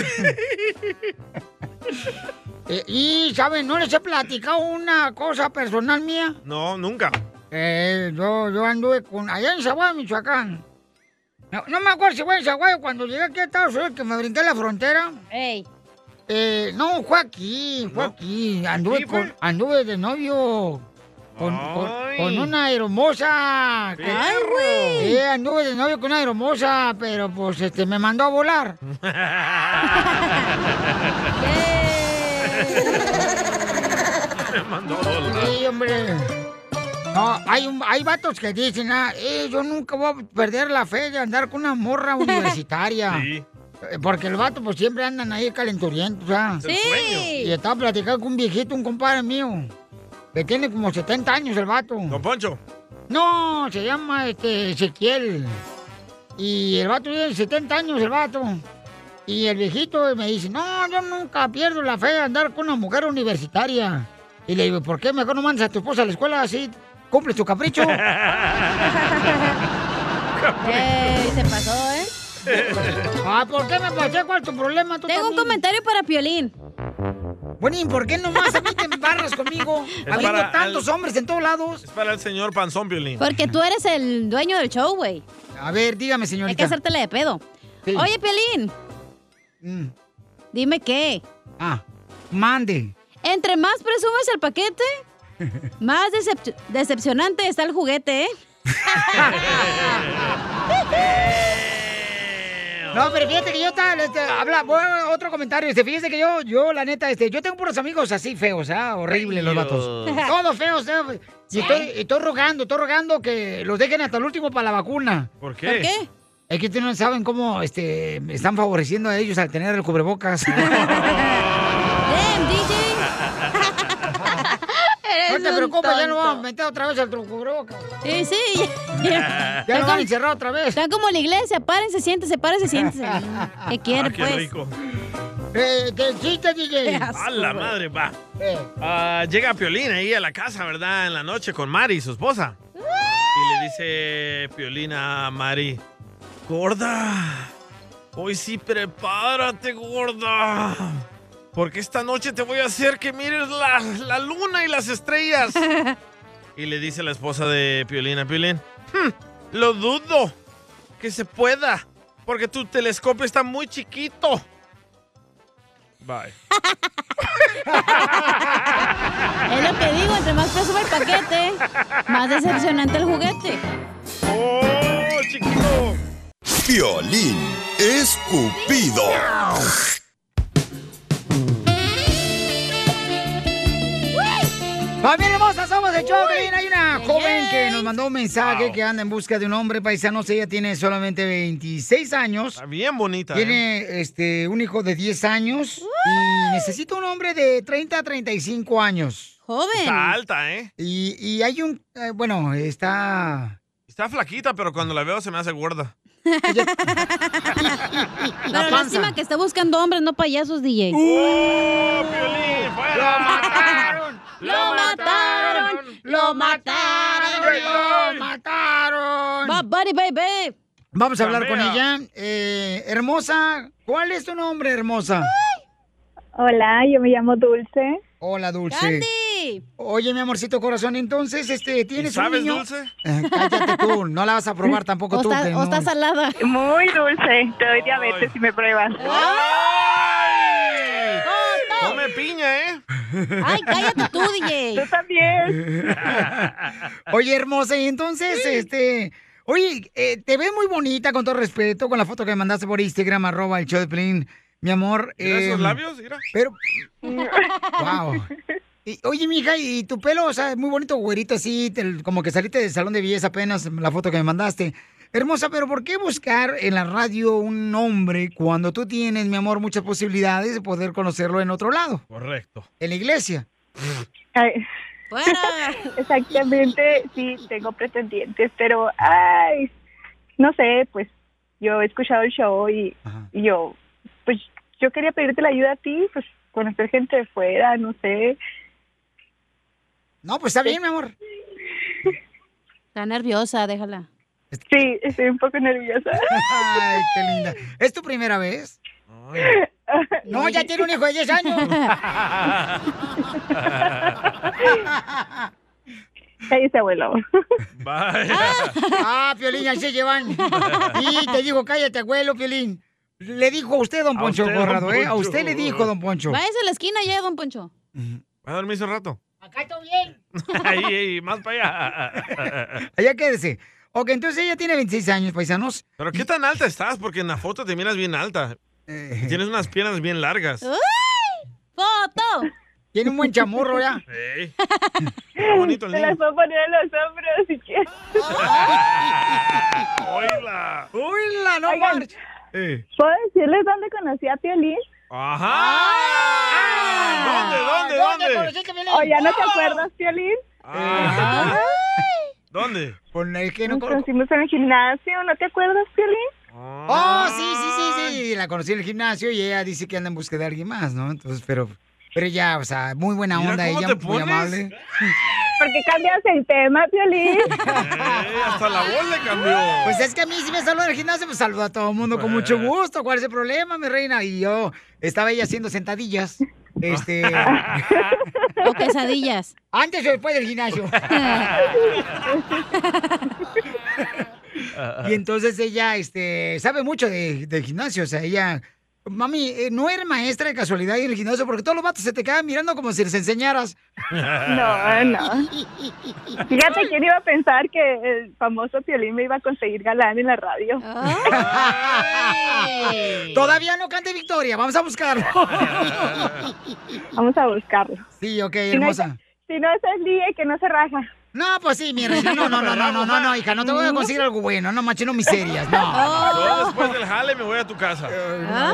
C: Eh, y, ¿saben? No les he platicado una cosa personal mía.
A: No, nunca.
C: Eh, yo, yo anduve con. Allá en Zaguayo, Michoacán. No, no me acuerdo si fue en Zaguayo cuando llegué aquí a Estados Unidos que me brinqué la frontera.
B: ¡Ey!
C: Eh, no, fue aquí, fue aquí. Anduve,
B: ¿Aquí fue?
C: con, anduve de novio con, con-
B: Ay.
C: con una hermosa. que-
B: Ay, güey.
C: Eh, anduve de novio con una hermosa, pero pues este me mandó a volar.
A: Me mandó a volar.
C: Sí, hombre. No, hay, un- hay vatos que dicen, ah, eh, yo nunca voy a perder la fe de andar con una morra universitaria.
A: Sí.
C: Eh, Porque el vato, pues siempre andan ahí calenturientos, ¿ah?
A: El sueño.
C: Y estaba platicando con un viejito, un compadre mío, que tiene como 70 años el vato. ¿Don
A: Poncho?
C: No, se llama este Ezequiel. Y el vato tiene 70 años el vato. Y el viejito me dice, no, yo nunca pierdo la fe de andar con una mujer universitaria. Y le digo, ¿por qué mejor no mandas a tu esposa a la escuela así? Cumples tu capricho.
B: ¡Ey! Se pasó, ¿eh?
C: Ah, ¿por qué me pasé? ¿Cuál es tu problema?
B: Tengo un comentario para Piolín.
C: Bueno, ¿y por qué nomás a mí te embarras conmigo?
A: Es Habiendo para tantos el-
C: hombres en todos lados.
A: Es para el señor Panzón Piolín.
B: Porque tú eres el dueño del show, güey.
C: A ver, dígame, señorita.
B: Hay que hacértela de pedo.
C: Sí. Mm.
B: Oye, Piolín. Dime qué.
C: Ah, mande.
B: Entre más presumes el paquete, más decep- decepcionante está el juguete, ¿eh?
C: No, pero fíjate que yo tal, este, habla, voy a otro comentario, este, fíjese que yo, yo, la neta, este, yo tengo puros amigos así feos, ah, horribles los vatos.
D: Feos.
C: Todos feos, ¿eh? Y estoy, estoy rogando, estoy rogando que los dejen hasta el último para la vacuna.
A: ¿Por qué? ¿Por qué?
C: Es que ustedes no saben cómo, este, están favoreciendo a ellos al tener el cubrebocas.
B: Damn, DJ.
C: No te preocupes, ya lo
B: vamos.
C: vamos a meter otra vez al cubrebocas.
B: Sí, sí.
C: Ya lo van a encerrar otra vez.
B: Están como la iglesia, párense, siéntese, párense, siéntese. ¿Qué quiere,
A: ah, qué
B: pues?
A: rico.
C: Eh, ¿Qué chiste,
B: Qué
C: DJ?
B: asco,
A: A la madre, va.
C: Eh.
A: Ah, llega Piolín ahí a la casa, ¿verdad? En la noche con Mari, su esposa. Y le dice Piolín a Mari, gorda, hoy sí prepárate, gorda. Porque esta noche te voy a hacer que mires la, la luna y las estrellas. y le dice la esposa de Piolín a Piolín, "Hmm, lo dudo que se pueda, porque tu telescopio está muy chiquito. Bye.
B: Es lo que digo, entre más presume el paquete, más decepcionante el juguete.
A: ¡Oh, chiquito!
E: Violín escupido.
C: Familia hermosa, somos el show,
D: Uy.
C: Piolín. Hay una joven que nos mandó un mensaje que anda en busca de un hombre paisano. Ella tiene solamente 26 años. Está
A: bien bonita.
C: Tiene este, un hijo de 10 años y necesita un hombre de 30 a 35 años.
B: Joven.
A: Está alta, ¿eh?
C: Y, y hay un, eh, bueno, está...
A: Está flaquita, pero cuando la veo se me hace gorda.
B: Pero lástima que está buscando hombres, no payasos, DJ.
A: ¡Uh,
B: ¡Lo mataron! ¡Lo mataron! ¡Lo
C: mataron!
B: ¡Bad Bunny, baby!
C: Vamos a hablar con ella. Eh, hermosa, ¿cuál es tu nombre, hermosa?
N: Hola, yo me llamo Dulce.
C: Hola, Dulce. Oye, mi amorcito corazón, entonces, este, ¿tienes un
N: sabes
C: niño?
N: dulce?
C: Eh, Cállate tú, no la vas a probar tampoco
N: O
C: tú.
N: está-
C: que
N: o
C: no-
N: está
B: salada.
N: Muy dulce. Te doy diabetes si me pruebas.
A: Come piña, ¿eh?
B: ¡Ay, cállate tú, DJ!
N: Tú también.
C: Oye, hermosa, y entonces, este... Oye, eh, te ves muy bonita, con todo respeto, con la foto que me mandaste por Instagram, arroba el show de Pelín. Mi amor...
A: Mira esos
C: eh,
A: labios, mira.
C: Pero... wow. Y, oye, mija, y tu pelo, o sea, es muy bonito, güerito, así, te- como que saliste del salón de belleza apenas, la foto que me mandaste. Hermosa, pero ¿por qué buscar en la radio un nombre cuando tú tienes, mi amor, muchas posibilidades de poder conocerlo en otro lado?
A: Correcto.
C: En la iglesia.
N: Ay. Exactamente, sí, tengo pretendientes, pero, ay, no sé, pues yo he escuchado el show y, y yo, pues yo quería pedirte la ayuda a ti, pues conocer gente de fuera, no sé.
C: No, pues está bien, mi amor.
B: Está nerviosa, déjala.
N: Sí, estoy un poco nerviosa.
C: Ay, qué linda. ¿Es tu primera vez? No, ya tiene un hijo de 10 años.
N: Cállese, abuelo.
A: Bye.
C: Ah, Piolín, así se llevan. Y te digo, cállate, abuelo, Piolín. Le dijo a usted, don
A: A
C: Poncho
A: usted, don
C: Corrado, ¿eh? A
A: Poncho.
C: usted le dijo, don Poncho.
B: Váyase a la esquina ya, don Poncho.
A: ¿Va a dormirse un rato?
B: Acá todo bien.
A: ahí, ahí, más para allá.
C: Allá quédese. Ok, entonces ella tiene 26 años, paisanos.
A: Pero qué tan alta estás, porque en la foto te miras bien alta.
C: Eh.
A: Tienes unas piernas bien largas.
B: ¡Uy! ¡Foto!
C: Tiene un buen chamorro ya.
A: Ey.
N: bonito el las puedo poner en los hombros si quieres.
A: Ah,
O: 아.
A: ¡Oila!
C: ¡Oila, no
N: Oigan, ¿Puedo decirles dónde conocí a Piolín?
A: ¡Ajá!
B: Ah.
A: ¿Dónde, dónde, dónde?
N: Oh, ya no te acuerdas, Piolín.
A: Ajá. Ah. ¿Dónde?
C: Con el Pues, que
N: Nos conocimos en el gimnasio, ¿no te acuerdas, Piolín?
C: Oh, sí, sí, sí, sí. La conocí en el gimnasio y ella dice que anda en busca de alguien más, ¿no? Entonces, pero, pero ya, o sea, muy buena
A: Mira
C: onda
A: cómo
C: ella,
A: te
C: muy
A: pones.
C: amable.
N: Porque cambias el tema, Piolín.
A: Eh, hasta la voz le cambió.
C: Pues es que a mí si me saluda en el gimnasio, pues saluda a todo el mundo con
A: Eh.
C: mucho gusto. ¿Cuál es el problema, mi reina? Y yo estaba ella haciendo sentadillas. Este.
B: O quesadillas.
C: Antes o después del gimnasio. Y entonces ella, este, sabe mucho de, de gimnasio, o sea, ella... Mami, eh, ¿no eres maestra de casualidad en el gimnasio? Porque todos los vatos se te quedan mirando como si les enseñaras.
N: No, no. Fíjate quién iba a pensar que el famoso Piolín me iba a conseguir galán en la radio.
C: Todavía no cante victoria, vamos a buscarlo.
N: Vamos a buscarlo.
C: Sí, ok,
N: Si no hay-
C: hermosa.
N: Si no, esa es Lie, que no se raja.
C: No, pues sí, mi reina, no, no, no, no, no, no, no, hija, no te voy a conseguir algo bueno, no machino miserias,
A: Yo
C: no.
A: después del jale Ah, me voy a tu casa.
C: Ah.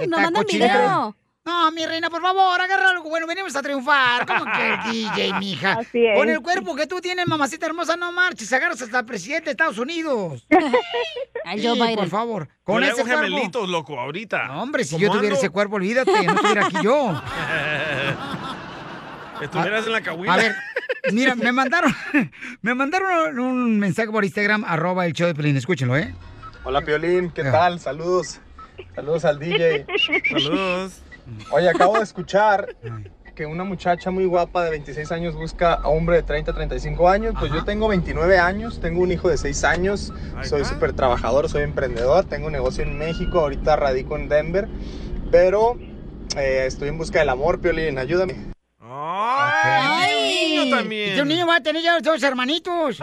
C: Está
B: no manda
C: cochinero.
B: video.
C: No, mi reina, por favor, agarra algo bueno, venimos a triunfar. ¿Cómo que el DJ, mija?
N: Así es.
C: Con el cuerpo que tú tienes, mamacita hermosa, no marches, agarras hasta el presidente de Estados Unidos.
A: Ay,
C: Sí,
A: Joe Biden.
C: por favor,
A: Yo
C: con
A: le
C: ese
A: hago
C: cuerpo.
A: gemelitos, loco, ahorita.
C: Hombre, si yo tuviera ese cuerpo, olvídate, no estuviera aquí yo.
A: Estuvieras en la cahuila.
C: A ver, mira, me mandaron, me mandaron un mensaje por Instagram, arroba el show de Pelín, escúchenlo, ¿eh?
P: Hola Piolín, ¿qué tal? Saludos. Saludos al DJ.
A: Saludos.
P: Oye, acabo de escuchar que una muchacha muy guapa de 26 años busca a hombre de 30, 35 años. Pues yo tengo 29 años, tengo un hijo de 6 años, soy súper trabajador, soy emprendedor, tengo un negocio en México, ahorita radico en Denver, pero eh, estoy en busca del amor, Piolín, ayúdame.
A: ¡Ay! niño también.
C: Este niño va a tener ya dos hermanitos.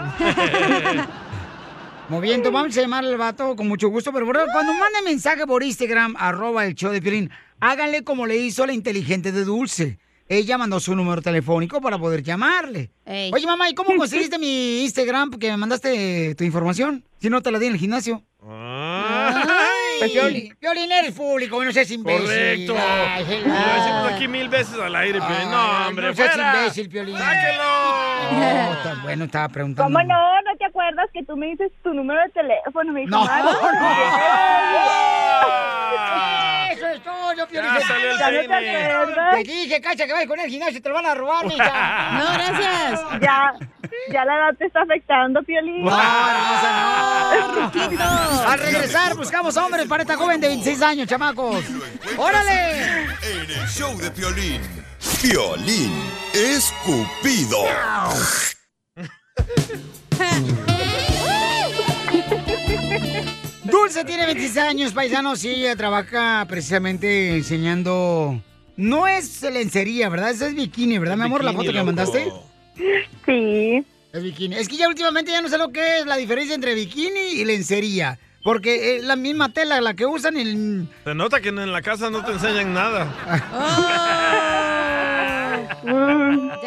C: Muy bien, entonces vamos a llamarle al vato con mucho gusto, pero bueno, cuando mande mensaje por Instagram, arroba el show de Piolín, háganle como le hizo la inteligente de Dulce. Ella mandó su número telefónico para poder llamarle. Oye, mamá, ¿y cómo conseguiste mi Instagram? Porque me mandaste tu información. Si no, te la di en el gimnasio. Pues, Piolín, Piolín, eres público, no seas imbécil.
A: Correcto.
C: Ay,
A: Lo
C: hello.
A: decimos pues, aquí mil veces al aire, Piolín. No, hombre,
C: no seas
A: fuera.
C: imbécil, Piolín.
A: ¡Sáquelo!
C: No, tan bueno, estaba preguntando.
N: ¿Cómo no? ¿No te acuerdas que tú me dices tu número de teléfono? Me dijo,
C: No,
N: "Mari".
C: ¡Ah! Eso es todo, Piolín.
N: Ya salió el
C: Ya no te
N: peine.
C: acuerdas. Te dije, cacha, que vayas con el gimnasio, te lo van a robar, mija.
N: No, gracias. Ya, ya la edad te está afectando, Piolín.
C: No, hermosa, no. Al regresar, buscamos hombres para esta joven de 26 años, chamacos. ¡Órale!
E: En el show de Piolín. Piolín Escupido.
C: Dulce tiene 26 años, paisanos, y ella trabaja precisamente enseñando. No es lencería, ¿verdad? Esa es bikini, ¿verdad, mi amor? la foto
N: bikini,
C: que me
N: loco.
C: mandaste.
N: Sí.
C: Es bikini. Es que ya últimamente ya no sé lo que es la diferencia entre bikini y lencería. Porque es la misma tela la que usan en.
A: Se nota que en la casa no te enseñan
C: Ah.
A: nada.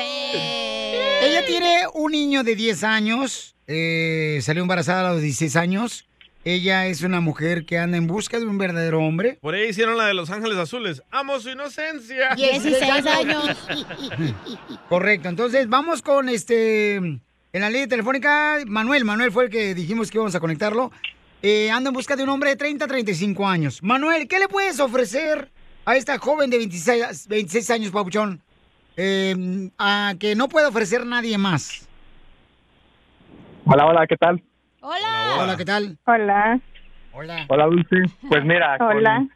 C: Ella tiene un niño de 10 años. eh, salió embarazada a los 16 años. Ella es una mujer que anda en busca de un verdadero hombre.
A: Por ahí hicieron la de Los Ángeles Azules. Amo su inocencia.
C: 16 años. Correcto. Entonces, vamos con este. En la línea telefónica, Manuel. Manuel fue el que dijimos que íbamos a conectarlo. Eh, anda en busca de un hombre de 30 a 35 años. Manuel, ¿qué le puedes ofrecer a esta joven de 26, 26 años, Papuchón? Eh, a que no puede ofrecer nadie más.
Q: Hola, hola, ¿qué tal?
C: Hola, ¿qué tal?
N: Hola.
C: Hola.
Q: Hola, Dulce. Pues mira, con-
N: Hola.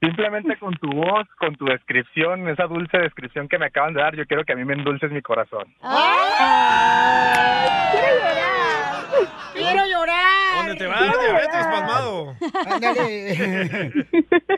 Q: Simplemente con tu voz, con tu descripción, esa dulce descripción que me acaban de dar, yo quiero que a mí me endulces mi corazón.
C: ¡Quiero llorar!
A: ¿Dónde te va a dar diabetes, pasmado?
C: Ándale.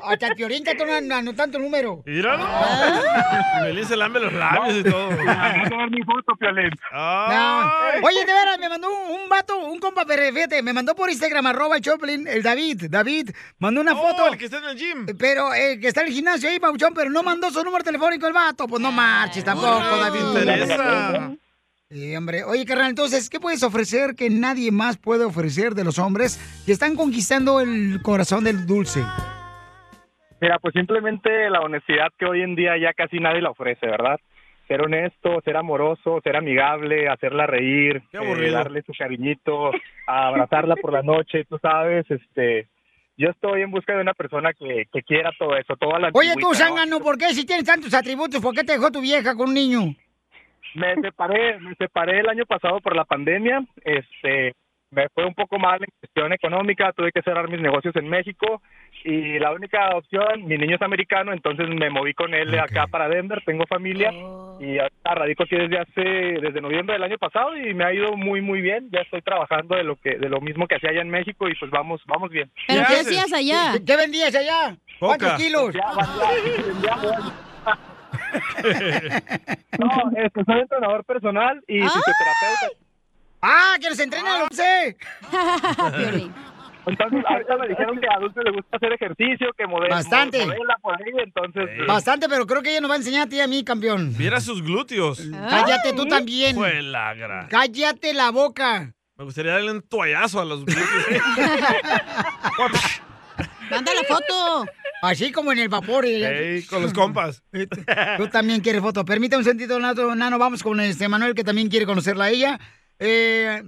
C: Hasta el Piorín que no anotando el número.
A: Míralo.
Q: Ah.
A: Piolín se lame los labios y todo. Ah,
Q: mi foto, Piolín.
C: No. Oye, de veras, me mandó un, un vato, un compa, pero fíjate, me mandó por Instagram, arroba el Choplin, el David, David, mandó una foto.
A: Oh, el que está en el gym.
C: Pero, el que está en el gimnasio ahí, Pauchón, pero no mandó su número telefónico el vato. Pues no marches tampoco, David.
A: interesa.
C: Sí, hombre. Oye, carnal, entonces, ¿qué puedes ofrecer que nadie más puede ofrecer de los hombres que están conquistando el corazón del dulce?
Q: Mira, pues simplemente la honestidad que hoy en día ya casi nadie la ofrece, ¿verdad? Ser honesto, ser amoroso, ser amigable, hacerla reír, eh,
A: aburrido.
Q: darle su cariñito, abrazarla por la noche, tú sabes, este... Yo estoy en busca de una persona que, que quiera todo eso, toda la
C: Oye, tú,
Q: antigüita, ¿no?
C: Zángano, ¿por qué si tienes tantos atributos, por qué te dejó tu vieja con un niño?
Q: Me separé, me separé el año pasado por la pandemia. Este, me fue un poco mal en cuestión económica, tuve que cerrar mis negocios en México y la única opción, mi niño es americano, entonces me moví con él acá para Denver, tengo familia
C: Oh.
Q: y ahorita radico aquí desde hace desde noviembre del año pasado y me ha ido muy muy bien. Ya estoy trabajando de lo que de lo mismo que hacía allá en México y pues vamos vamos bien.
C: ¿Qué, qué vendías allá? ¿Cuántos
Q: Coca.
C: kilos?
Q: No, este, soy entrenador personal y fisioterapeuta.
C: ¡Ah, que los entrena el once!
Q: Entonces, ahorita me dijeron que a Dulce le gusta hacer ejercicio, que modela,
C: Bastante.
Q: modela por ahí, entonces... eh,
C: Bastante, pero creo que ella nos va a enseñar a ti y a mí, campeón.
A: Viera sus glúteos.
C: Ah. Cállate tú también.
A: Fue la gran.
C: ¡Cállate la boca!
A: Me gustaría darle un toallazo a los glúteos.
C: ¡Manda la foto! Así como en el vapor. eh.
A: Ey, con los compas.
C: Tú también quieres foto. Permítame un sentido, Nato, Nano. Vamos con este Manuel, que también quiere conocerla a ella. Eh,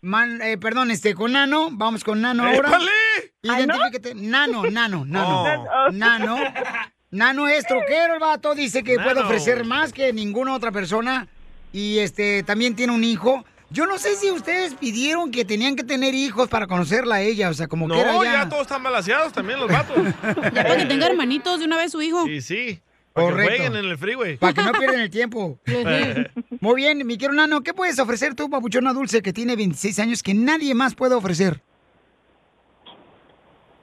C: man- eh, perdón, este, con Nano. Vamos con Nano ahora.
A: ¡Épale!
C: Identifícate. Nano, Nano, Nano.
A: Oh.
C: Nano. Nano es troquero, el vato. Dice que puede
A: Nano.
C: ofrecer más que ninguna otra persona. Y este, también tiene un hijo. Yo no sé si ustedes pidieron que tenían que tener hijos para conocerla a ella. O sea, como que era
A: No, ya todos están balanceados también los vatos.
B: Ya para que tenga hermanitos de una vez su hijo.
A: Sí, sí. Para
C: Correcto.
A: que jueguen en el freeway.
C: Para que no pierdan el tiempo.
A: Ujú.
C: Muy bien, mi querido Nano, ¿qué puedes ofrecer tú, papuchona dulce, que tiene 26 años, que nadie más puede ofrecer?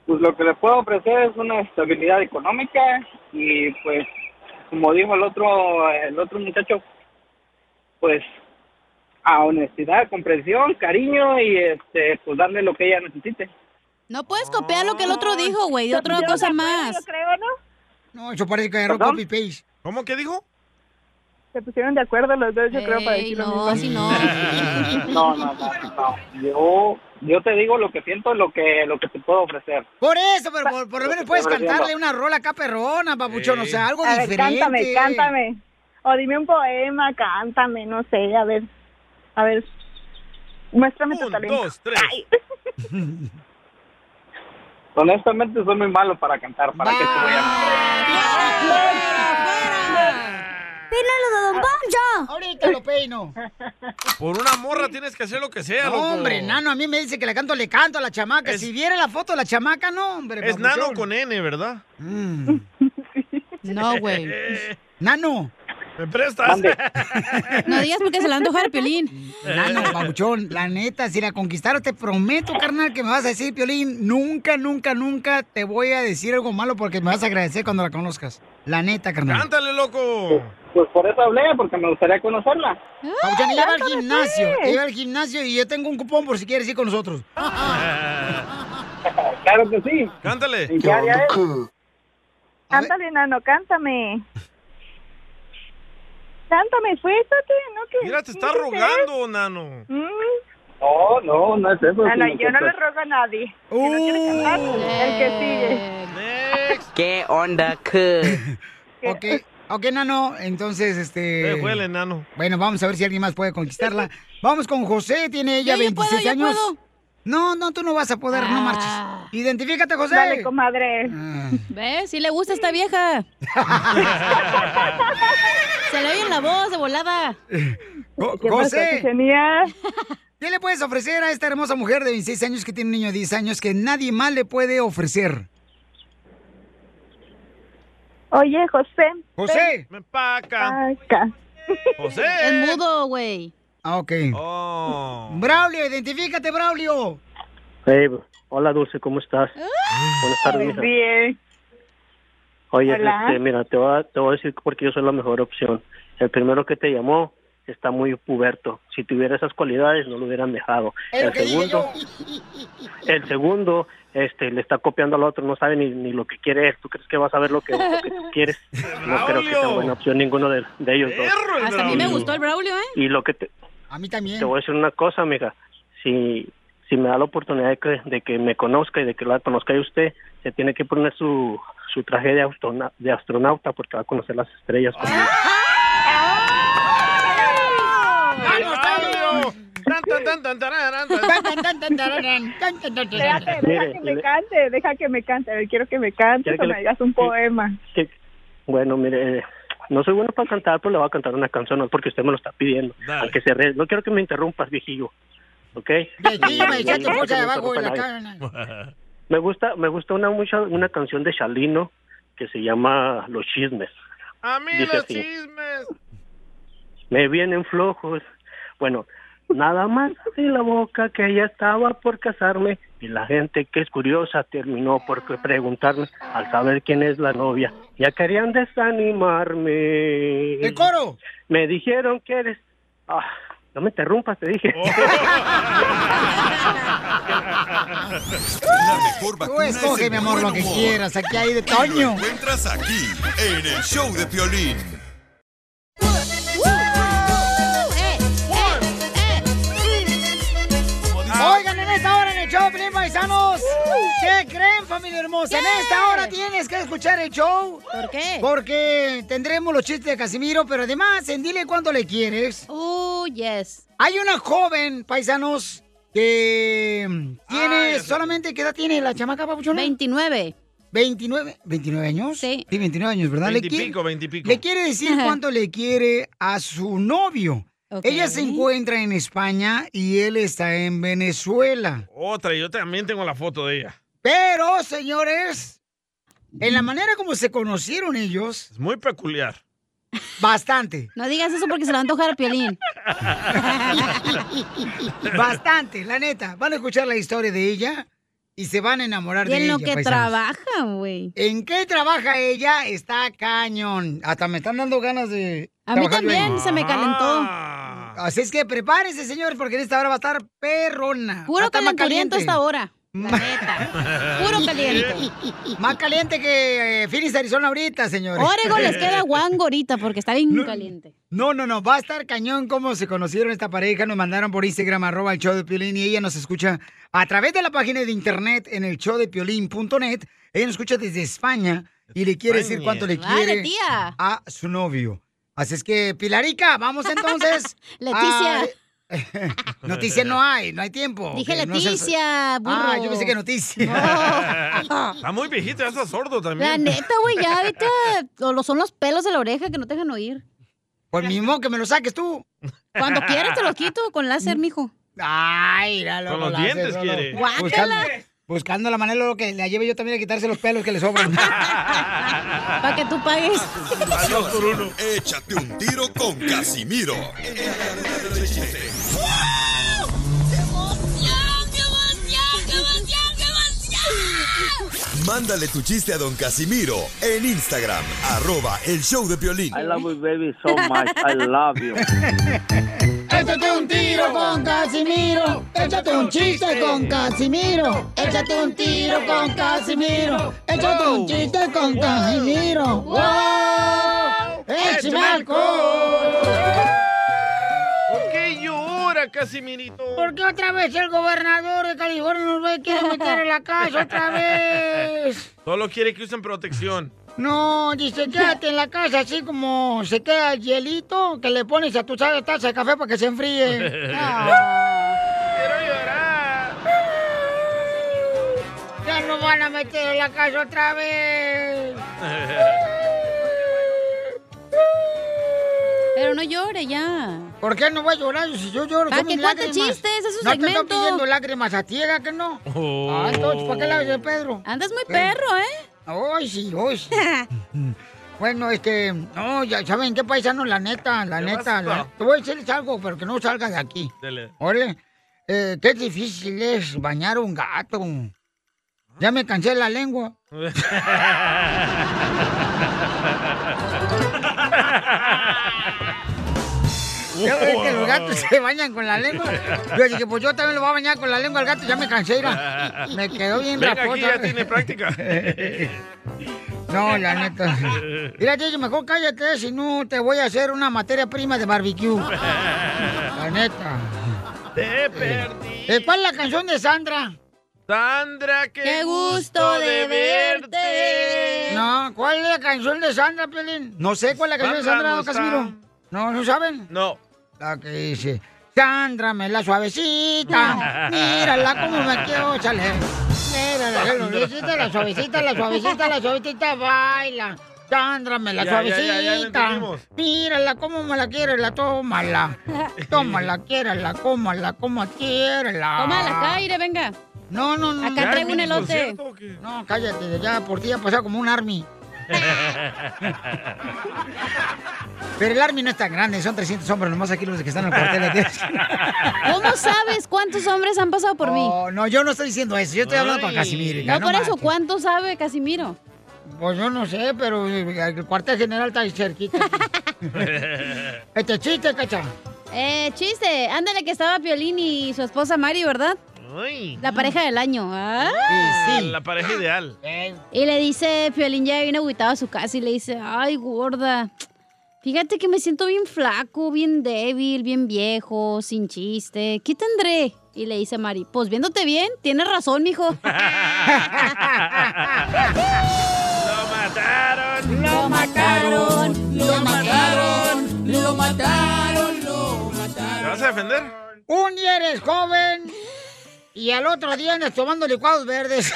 R: Pues lo que le puedo ofrecer es una estabilidad económica y pues como dijo el otro el otro muchacho pues a honestidad, comprensión, cariño y este pues darle lo que ella necesite.
B: No puedes copiar lo que el otro dijo, güey, de otra
R: Estamos
B: cosa
R: de acuerdo,
B: más.
R: yo
N: creo, ¿no?
C: No, yo parece que agarró
N: ¿Perdón?
C: copy paste.
A: ¿Cómo que dijo?
N: Se pusieron de acuerdo los dos, yo creo, para
B: Ey,
N: decir
B: no,
N: lo mismo.
B: así no.
R: No, no, no, no. Yo yo te digo lo que siento, lo que lo que te puedo ofrecer.
C: Por eso, pero por, por lo menos puedes
R: Estoy
C: cantarle
R: aprendiendo.
C: una rola acá perrona, papuchón, o sea, algo
N: a ver,
C: diferente.
N: cántame, cántame. O dime un poema, cántame, no sé, a ver. A ver. Muéstrame tu talento.
A: Dos, tres.
R: Honestamente soy muy malo para cantar, para que te voy a
C: ¡Pínalo, don Poncho! Ah. Ahorita lo peino.
A: Por una morra tienes que hacer lo que sea,
C: No,
A: loco.
C: hombre, Nano, a mí me dice que la canto, le canto a la chamaca. Si viera la foto de la chamaca, no, hombre.
A: Es nano con N, ¿verdad?
C: Mm.
B: No, güey.
C: Nano.
A: ¿Me prestas?
B: No digas porque se la antoja el Piolín.
C: Nano, papuchón, la neta, si la conquistaron, te prometo, carnal, que me vas a decir, Piolín, nunca, nunca, nunca te voy a decir algo malo porque me vas a agradecer cuando la conozcas. La neta, carnal.
A: Cántale, loco.
R: Pues por eso hablé, porque me gustaría conocerla.
C: Papuchón, ella va al
R: cántame,
C: gimnasio,
R: pues.
C: ella va al gimnasio y yo tengo un cupón por si quieres ir con nosotros.
A: Ah.
R: Claro que sí.
A: Cántale.
R: ¿En qué área es?
N: Cántale, nano, cántame. Cántame, suéltate, ¿no? Que,
A: Mira, te está
N: ¿qué
A: rogando, nano.
N: es? Mm,
R: No, no, no es eso.
N: Ah, no,
R: sino
N: yo
R: que,
N: no le
R: pues,
N: rogo a nadie. Si no quiere cantar, el que eh, sigue.
S: ¿Qué onda, que?
C: Ok, ok, Nano, entonces, este...
A: Me Eh, huele, Nano.
C: Bueno, vamos a ver si alguien más puede conquistarla. Vamos con José, tiene ella
A: Yo, yo
C: 26
A: puedo, yo
C: años.
A: puedo.
C: No, no, tú no vas a poder, no
B: Ah.
C: marches. Identifícate, José. Ah.
B: Dale,
N: comadre.
B: ¿Ves? Sí le gusta esta vieja. Se le oye en la voz de volada.
N: ¿Qué pasó,
C: José.
N: Cachanía?
C: ¿Qué le puedes ofrecer a esta hermosa mujer de 26 años que tiene un niño de 10 años que nadie más le puede ofrecer?
N: Oye, José.
C: José.
A: Me paca.
N: Acá.
A: José.
B: Es mudo, güey.
C: Ah, ok.
A: Oh.
C: Braulio, identifícate, Braulio.
T: Hey, hola Dulce, ¿cómo estás? Buenas tardes, hija.
N: Bien.
T: Oye,
N: Hola.
T: este, mira, te voy, a, te voy a decir porque yo soy la mejor opción. El primero que te llamó está muy puberto. Si tuviera esas cualidades, no lo hubieran dejado. El segundo, el segundo, este, le está copiando al otro, no sabe ni, ni lo que quiere él. ¿Tú crees que vas a ver lo que, lo que tú quieres? No creo que sea buena opción ninguno de, de ellos dos.
B: Hasta a mí me gustó el Braulio, ¿eh?
T: Y lo que te,
C: A mí también.
T: te voy a decir una cosa, amiga. Si, si me da la oportunidad de que, de que me conozca y de que la conozca a usted, se tiene que poner su, su traje de, astrona- de astronauta porque va a conocer las estrellas. conmigo.
A: ¡Vamos, Tan, tan, tan, tan, tararán, tan.
N: Espérate, deja que me cante, deja que me cante. A ver, quiero que me cantes
T: ¿Quiere
N: o
T: que
N: me
T: le-
N: digas un poema.
T: Que- bueno, mire, eh, no soy bueno para cantar, pero le voy a cantar una canción no porque usted me lo está pidiendo. Aunque se re- No quiero que me interrumpas, viejillo. ¿Ok?
C: Viejillo, me decía
T: Y-
C: tu
T: y-
C: bolsa de
T: no
C: abajo de la
T: interrumpa a nadie.
C: cara.
T: Me gusta, me gusta una, mucha, una canción de Chalino que se llama Los Chismes.
A: A mí
T: Dice
A: los
T: así.
A: chismes.
T: me vienen flojos. Bueno, nada más abrí la boca que ella estaba por casarme y la gente que es curiosa terminó por que- preguntarme al saber quién es la novia. Ya querían desanimarme.
C: ¡El coro!
T: Me dijeron que eres... Ah, no me interrumpas, te dije.
E: Mejor
C: Tú
E: vacuna es
C: escoge,
E: el
C: mi amor,
E: buen
C: lo que
E: humor.
C: quieras. Aquí hay de
E: Y lo
C: Toño.
E: encuentras aquí, en el show de Piolín.
B: Eh,
C: Oigan, en esta hora en el show, Pelín Paisanos. ¿Qué creen, familia hermosa? En
B: ¿Qué?
C: esta hora tienes que escuchar el show. ¿Por qué? Porque tendremos los chistes de Casimiro, pero además, en dile cuánto le quieres. Oh, yes. Hay una joven, paisanos, que tiene solamente, ¿qué edad tiene la chamaca, papuchona? 29. 29, 29 años. Sí. 29 años, ¿verdad? Le quiere-
A: Veintipico, veintipico.
C: le quiere decir cuánto le quiere a su novio. Ella se encuentra en España y él está en Venezuela.
A: Otra, yo también tengo la foto de ella.
C: Pero, señores, en la manera como se conocieron ellos,
A: Es muy peculiar.
C: bastante.
B: No digas eso porque se le va a antojar a Piolín.
C: Bastante, la neta. Van a escuchar la historia de ella y se van a enamorar
B: Y
C: de ella.
B: en lo que
C: paisanos.
B: trabaja, Ah, güey.
C: ¿En qué trabaja ella? Está cañón. Hasta me están dando ganas de.
B: A mí
C: trabajarlo
B: también,
C: ahí.
B: se me calentó.
C: Así es que prepárense, señores, porque en esta hora va a estar perrona.
B: Puro
C: Va a estar más
B: calenturiento
C: caliente.
B: esta hora. Puro caliente.
C: Más caliente que eh, Phoenix, Arizona ahorita, señores.
B: Oregon les queda guango ahorita porque está bien caliente.
C: No, no, no, va a estar cañón cómo se conocieron esta pareja. Nos mandaron por Instagram, arroba el show de Piolín, y ella nos escucha a través de la página de internet en el showdepiolín.net. Ella nos escucha desde España y le quiere decir
B: España.
C: cuánto le
B: Vale,
C: quiere Ah,
B: tía.
C: a su novio. Así es que, Pilarica, vamos entonces. a-
B: Leticia.
C: Noticia no hay, no hay tiempo.
B: Dije
C: Que no se-
B: Leticia, burro.
C: Ah, yo pensé que noticia.
A: Está muy viejito, ya está sordo también.
B: La neta, güey, ya ahorita o lo- son los pelos de la oreja que no te dejan oír.
C: Pues mismo que me lo saques tú.
B: Cuando quieras te los quito con
C: Mm.
B: láser, mijo.
C: Ay, mira,
B: Con los
C: la hace
B: dientes
C: solo.
B: quiere.
C: Buscando,
B: Guácala.
C: buscando la manera de lo que la lleve yo también a quitarse los pelos que le sobran.
B: Para que tú pagues.
E: Échate un tiro con Casimiro. Mándale tu chiste a don Casimiro en Instagram, arroba el show de Piolín.
S: I love you, baby, so much. I love you.
C: Échate un tiro con Casimiro. Échate un chiste con Casimiro. Échate un tiro con Casimiro. Échate un chiste con Casimiro. ¡Wow! ¡Échame
A: ¿Por qué llora, Casimirito?
C: ¿Por qué otra vez el gobernador de California nos va a querer meter en la casa otra vez?
A: Solo quiere que usen protección.
C: No, dice, quédate en la casa así como se queda el hielito que le pones a tu taza taza de café para que se enfríe. Ya nos van a meter en la casa otra vez.
B: Pero no llore ya.
C: ¿Por qué no voy a llorar? Si yo lloro,
B: ¿Para
C: son
B: qué
C: mis
B: cuenta
C: lágrimas.
B: chistes? Es su
C: No te estoy
B: segmento.
C: pidiendo lágrimas a tiega, que no. Ah, entonces, ¿para qué la de Pedro?
B: ¿eh? Andas muy perro, ¿eh?
C: Ay, sí, ay, sí. Bueno, este, no, ya saben qué paisano, la neta, la
A: ¿Qué
C: neta.
A: pasa?
C: la- te voy a decirles algo, pero que no salga de aquí.
A: Dele.
C: Órale, eh, qué difícil es bañar a un gato. Ya me cansé la lengua. Ya ves que los gatos se bañan con la lengua. Yo dije, pues yo también lo voy a bañar con la lengua al gato, ya me cansé, mira. Me quedó bien
A: Venga,
C: raposo.
A: aquí ya tiene práctica.
C: No, la neta. Mira, Gigi, mejor cállate, si no te voy a hacer una materia prima de barbecue. La neta.
A: Te perdí.
C: Eh, ¿Cuál es la canción de Sandra?
A: Sandra, qué,
C: gusto
A: de
C: verte. No, ¿cuál es la canción de Sandra, Pelín? No sé cuál es la canción
A: Sandra
C: de
A: no
C: Sandra,
A: está.
C: Casimiro. No, ¿no saben?
A: No.
C: La que dice, Sandra me la suavecita, mírala como me quiero chale. Mírala, que lo suavecita, la suavecita, la suavecita, la suavecita, baila. Sandra me la
A: Ya, ya, ya, ya, ya
C: suavecita,
A: entendimos.
C: mírala como me la quiere, la tómala. Tómala, quiérala, cómala, como quiérala.
B: Tómala, Caire, venga.
C: No, no, no.
B: Acá traigo un elote.
C: No, cállate, ya por ti ha pasado como un army. Pero el army no es tan grande, son 300 hombres, nomás aquí los que están en el cuartel.
B: ¿Cómo sabes cuántos hombres han pasado por mí?
C: No, no, yo no estoy diciendo eso, yo Oh, estoy hablando con Casimiro. hija,
B: No, por eso,
C: marches.
B: ¿cuánto sabe Casimiro?
C: Pues yo no sé, pero el cuartel general está ahí cerquita. este chiste, cacha.
B: Eh, chiste, ándale que estaba Piolín y su esposa Mari, ¿verdad?
A: Ay.
B: La pareja del año. Ah.
A: La pareja ideal.
B: Y le dice, Piolín ya viene agüitado a su casa y le dice, ay, gorda, fíjate que me siento bien flaco, bien débil, bien viejo, sin chiste. ¿Qué tendré? Y le dice Mari, pues viéndote bien, tienes razón, mijo.
C: Lo mataron,
A: lo mataron,
C: lo mataron,
A: ¿Te vas a defender?
C: Un día eres joven y al otro día andas tomando licuados verdes.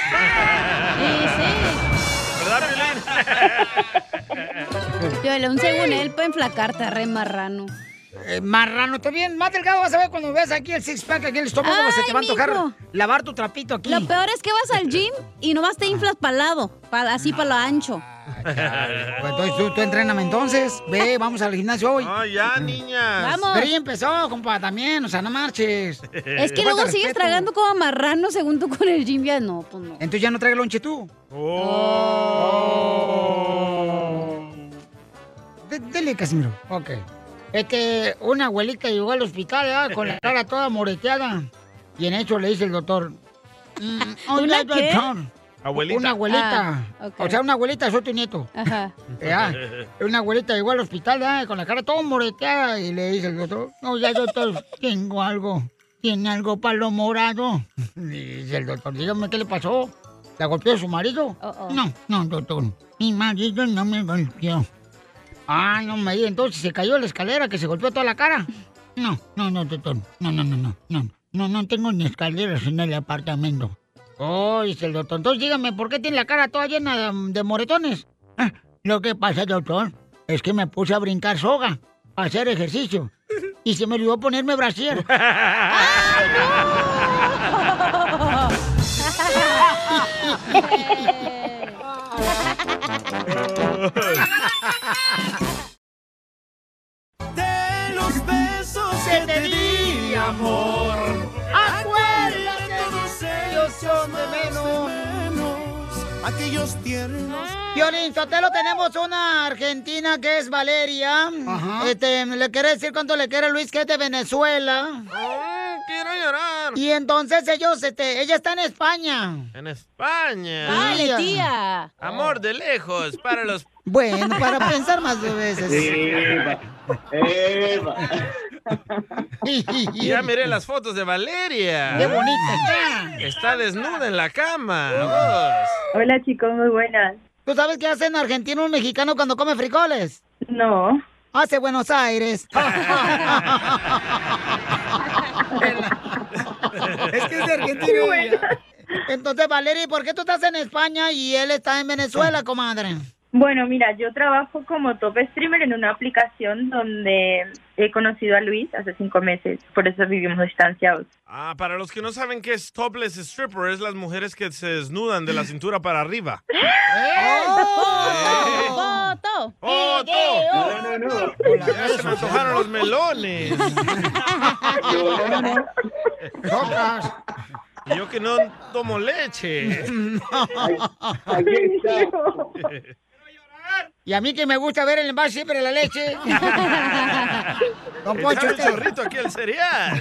A: ¿Verdad, Piolín?
B: Piolín, según él, para enflacarte, re marrano.
C: Eh, marrano, está bien. Más delgado vas a ver cuando veas aquí el six-pack, aquí en el estómago, se te va a
B: Ay,
C: antojar
B: mijo.
C: lavar tu trapito aquí.
B: Lo peor es que vas al gym y nomás te inflas para lado, pa- así para lo ancho.
C: Pues entonces tú, tú entréname entonces. Ve, vamos al gimnasio hoy.
A: Ah, ya, niñas.
B: Vamos.
C: Pero ya empezó, compa, también. O sea, no marches.
B: Es que luego sigues tragando como marrano según tú con el gym. Ya no, pues no.
C: Entonces ya no traes lonche tú. De- dele, Casimiro. Oh. Ok. Este, una abuelita llegó al hospital ¿verdad? con la cara toda moreteada. Y en hecho le dice el doctor. mm,
B: ¿Una
C: oiga,
B: qué?
C: doctor,
A: Abuelita.
C: Una abuelita.
B: Ah, ok.
C: O sea, una abuelita, soy tu nieto.
B: Ajá.
C: Ya, Una abuelita llegó al hospital ¿verdad? con la cara toda moreteada y le dice el doctor, no, ya doctor, tengo algo, tiene algo para lo morado. Y dice el doctor, dígame qué le pasó, ¿la golpeó su marido? No, no, doctor, mi marido no me golpeó. Ah, no me diga, entonces se cayó de la escalera que se golpeó toda la cara. No, no, no, doctor, no, no, no, no, no, no, no tengo ni escaleras en el apartamento. Oh, dice el doctor, entonces dígame, ¿por qué tiene la cara toda llena de, de moretones? Ah, lo que pasa, doctor, es que me puse a brincar soga, a hacer ejercicio. Y se me olvidó ponerme brasier. ¡Ah,
D: De los besos que te di, amor.
C: Acuérdate,
D: todos
C: ellos son de
D: menos. Aquellos tiernos.
C: Violín Ah. Sotelo, tenemos una argentina que es Valeria. Este, le quiere decir cuánto le quiere Luis, que es de Venezuela.
A: quiero llorar.
C: Y entonces ellos, este, ella está en España.
A: En España.
C: Vale, tía.
A: Amor de lejos para los...
C: Bueno, para pensar más dos veces.
A: Ya miré las fotos de Valeria. Mm.
C: Qué bonita está.
A: Está desnuda en la cama.
C: Hola chicos, muy buenas. ¿Tú sabes qué hace en Argentina un mexicano cuando come frijoles? No. Hace Buenos Aires. es que es de Argentina. Entonces, Valeria, ¿por qué tú estás en España y él está en Venezuela, comadre?
N: Bueno, mira, yo trabajo como top streamer en una aplicación donde he conocido a Luis hace cinco meses, por eso vivimos distanciados.
A: Ah, para los que no saben qué es topless stripper, es las mujeres que se desnudan de la cintura para arriba.
C: ¿Eh?
D: ¡Eh!
B: Oh, ¡Foto!
A: No, no, no. Ya se me antojaron los melones.
C: Tocas.
A: Y Yo que no tomo leche. Oh,
C: Y a mí que me gusta ver el envase siempre de la leche. Don Poncho, este-
A: Echame el chorrito aquí el cereal.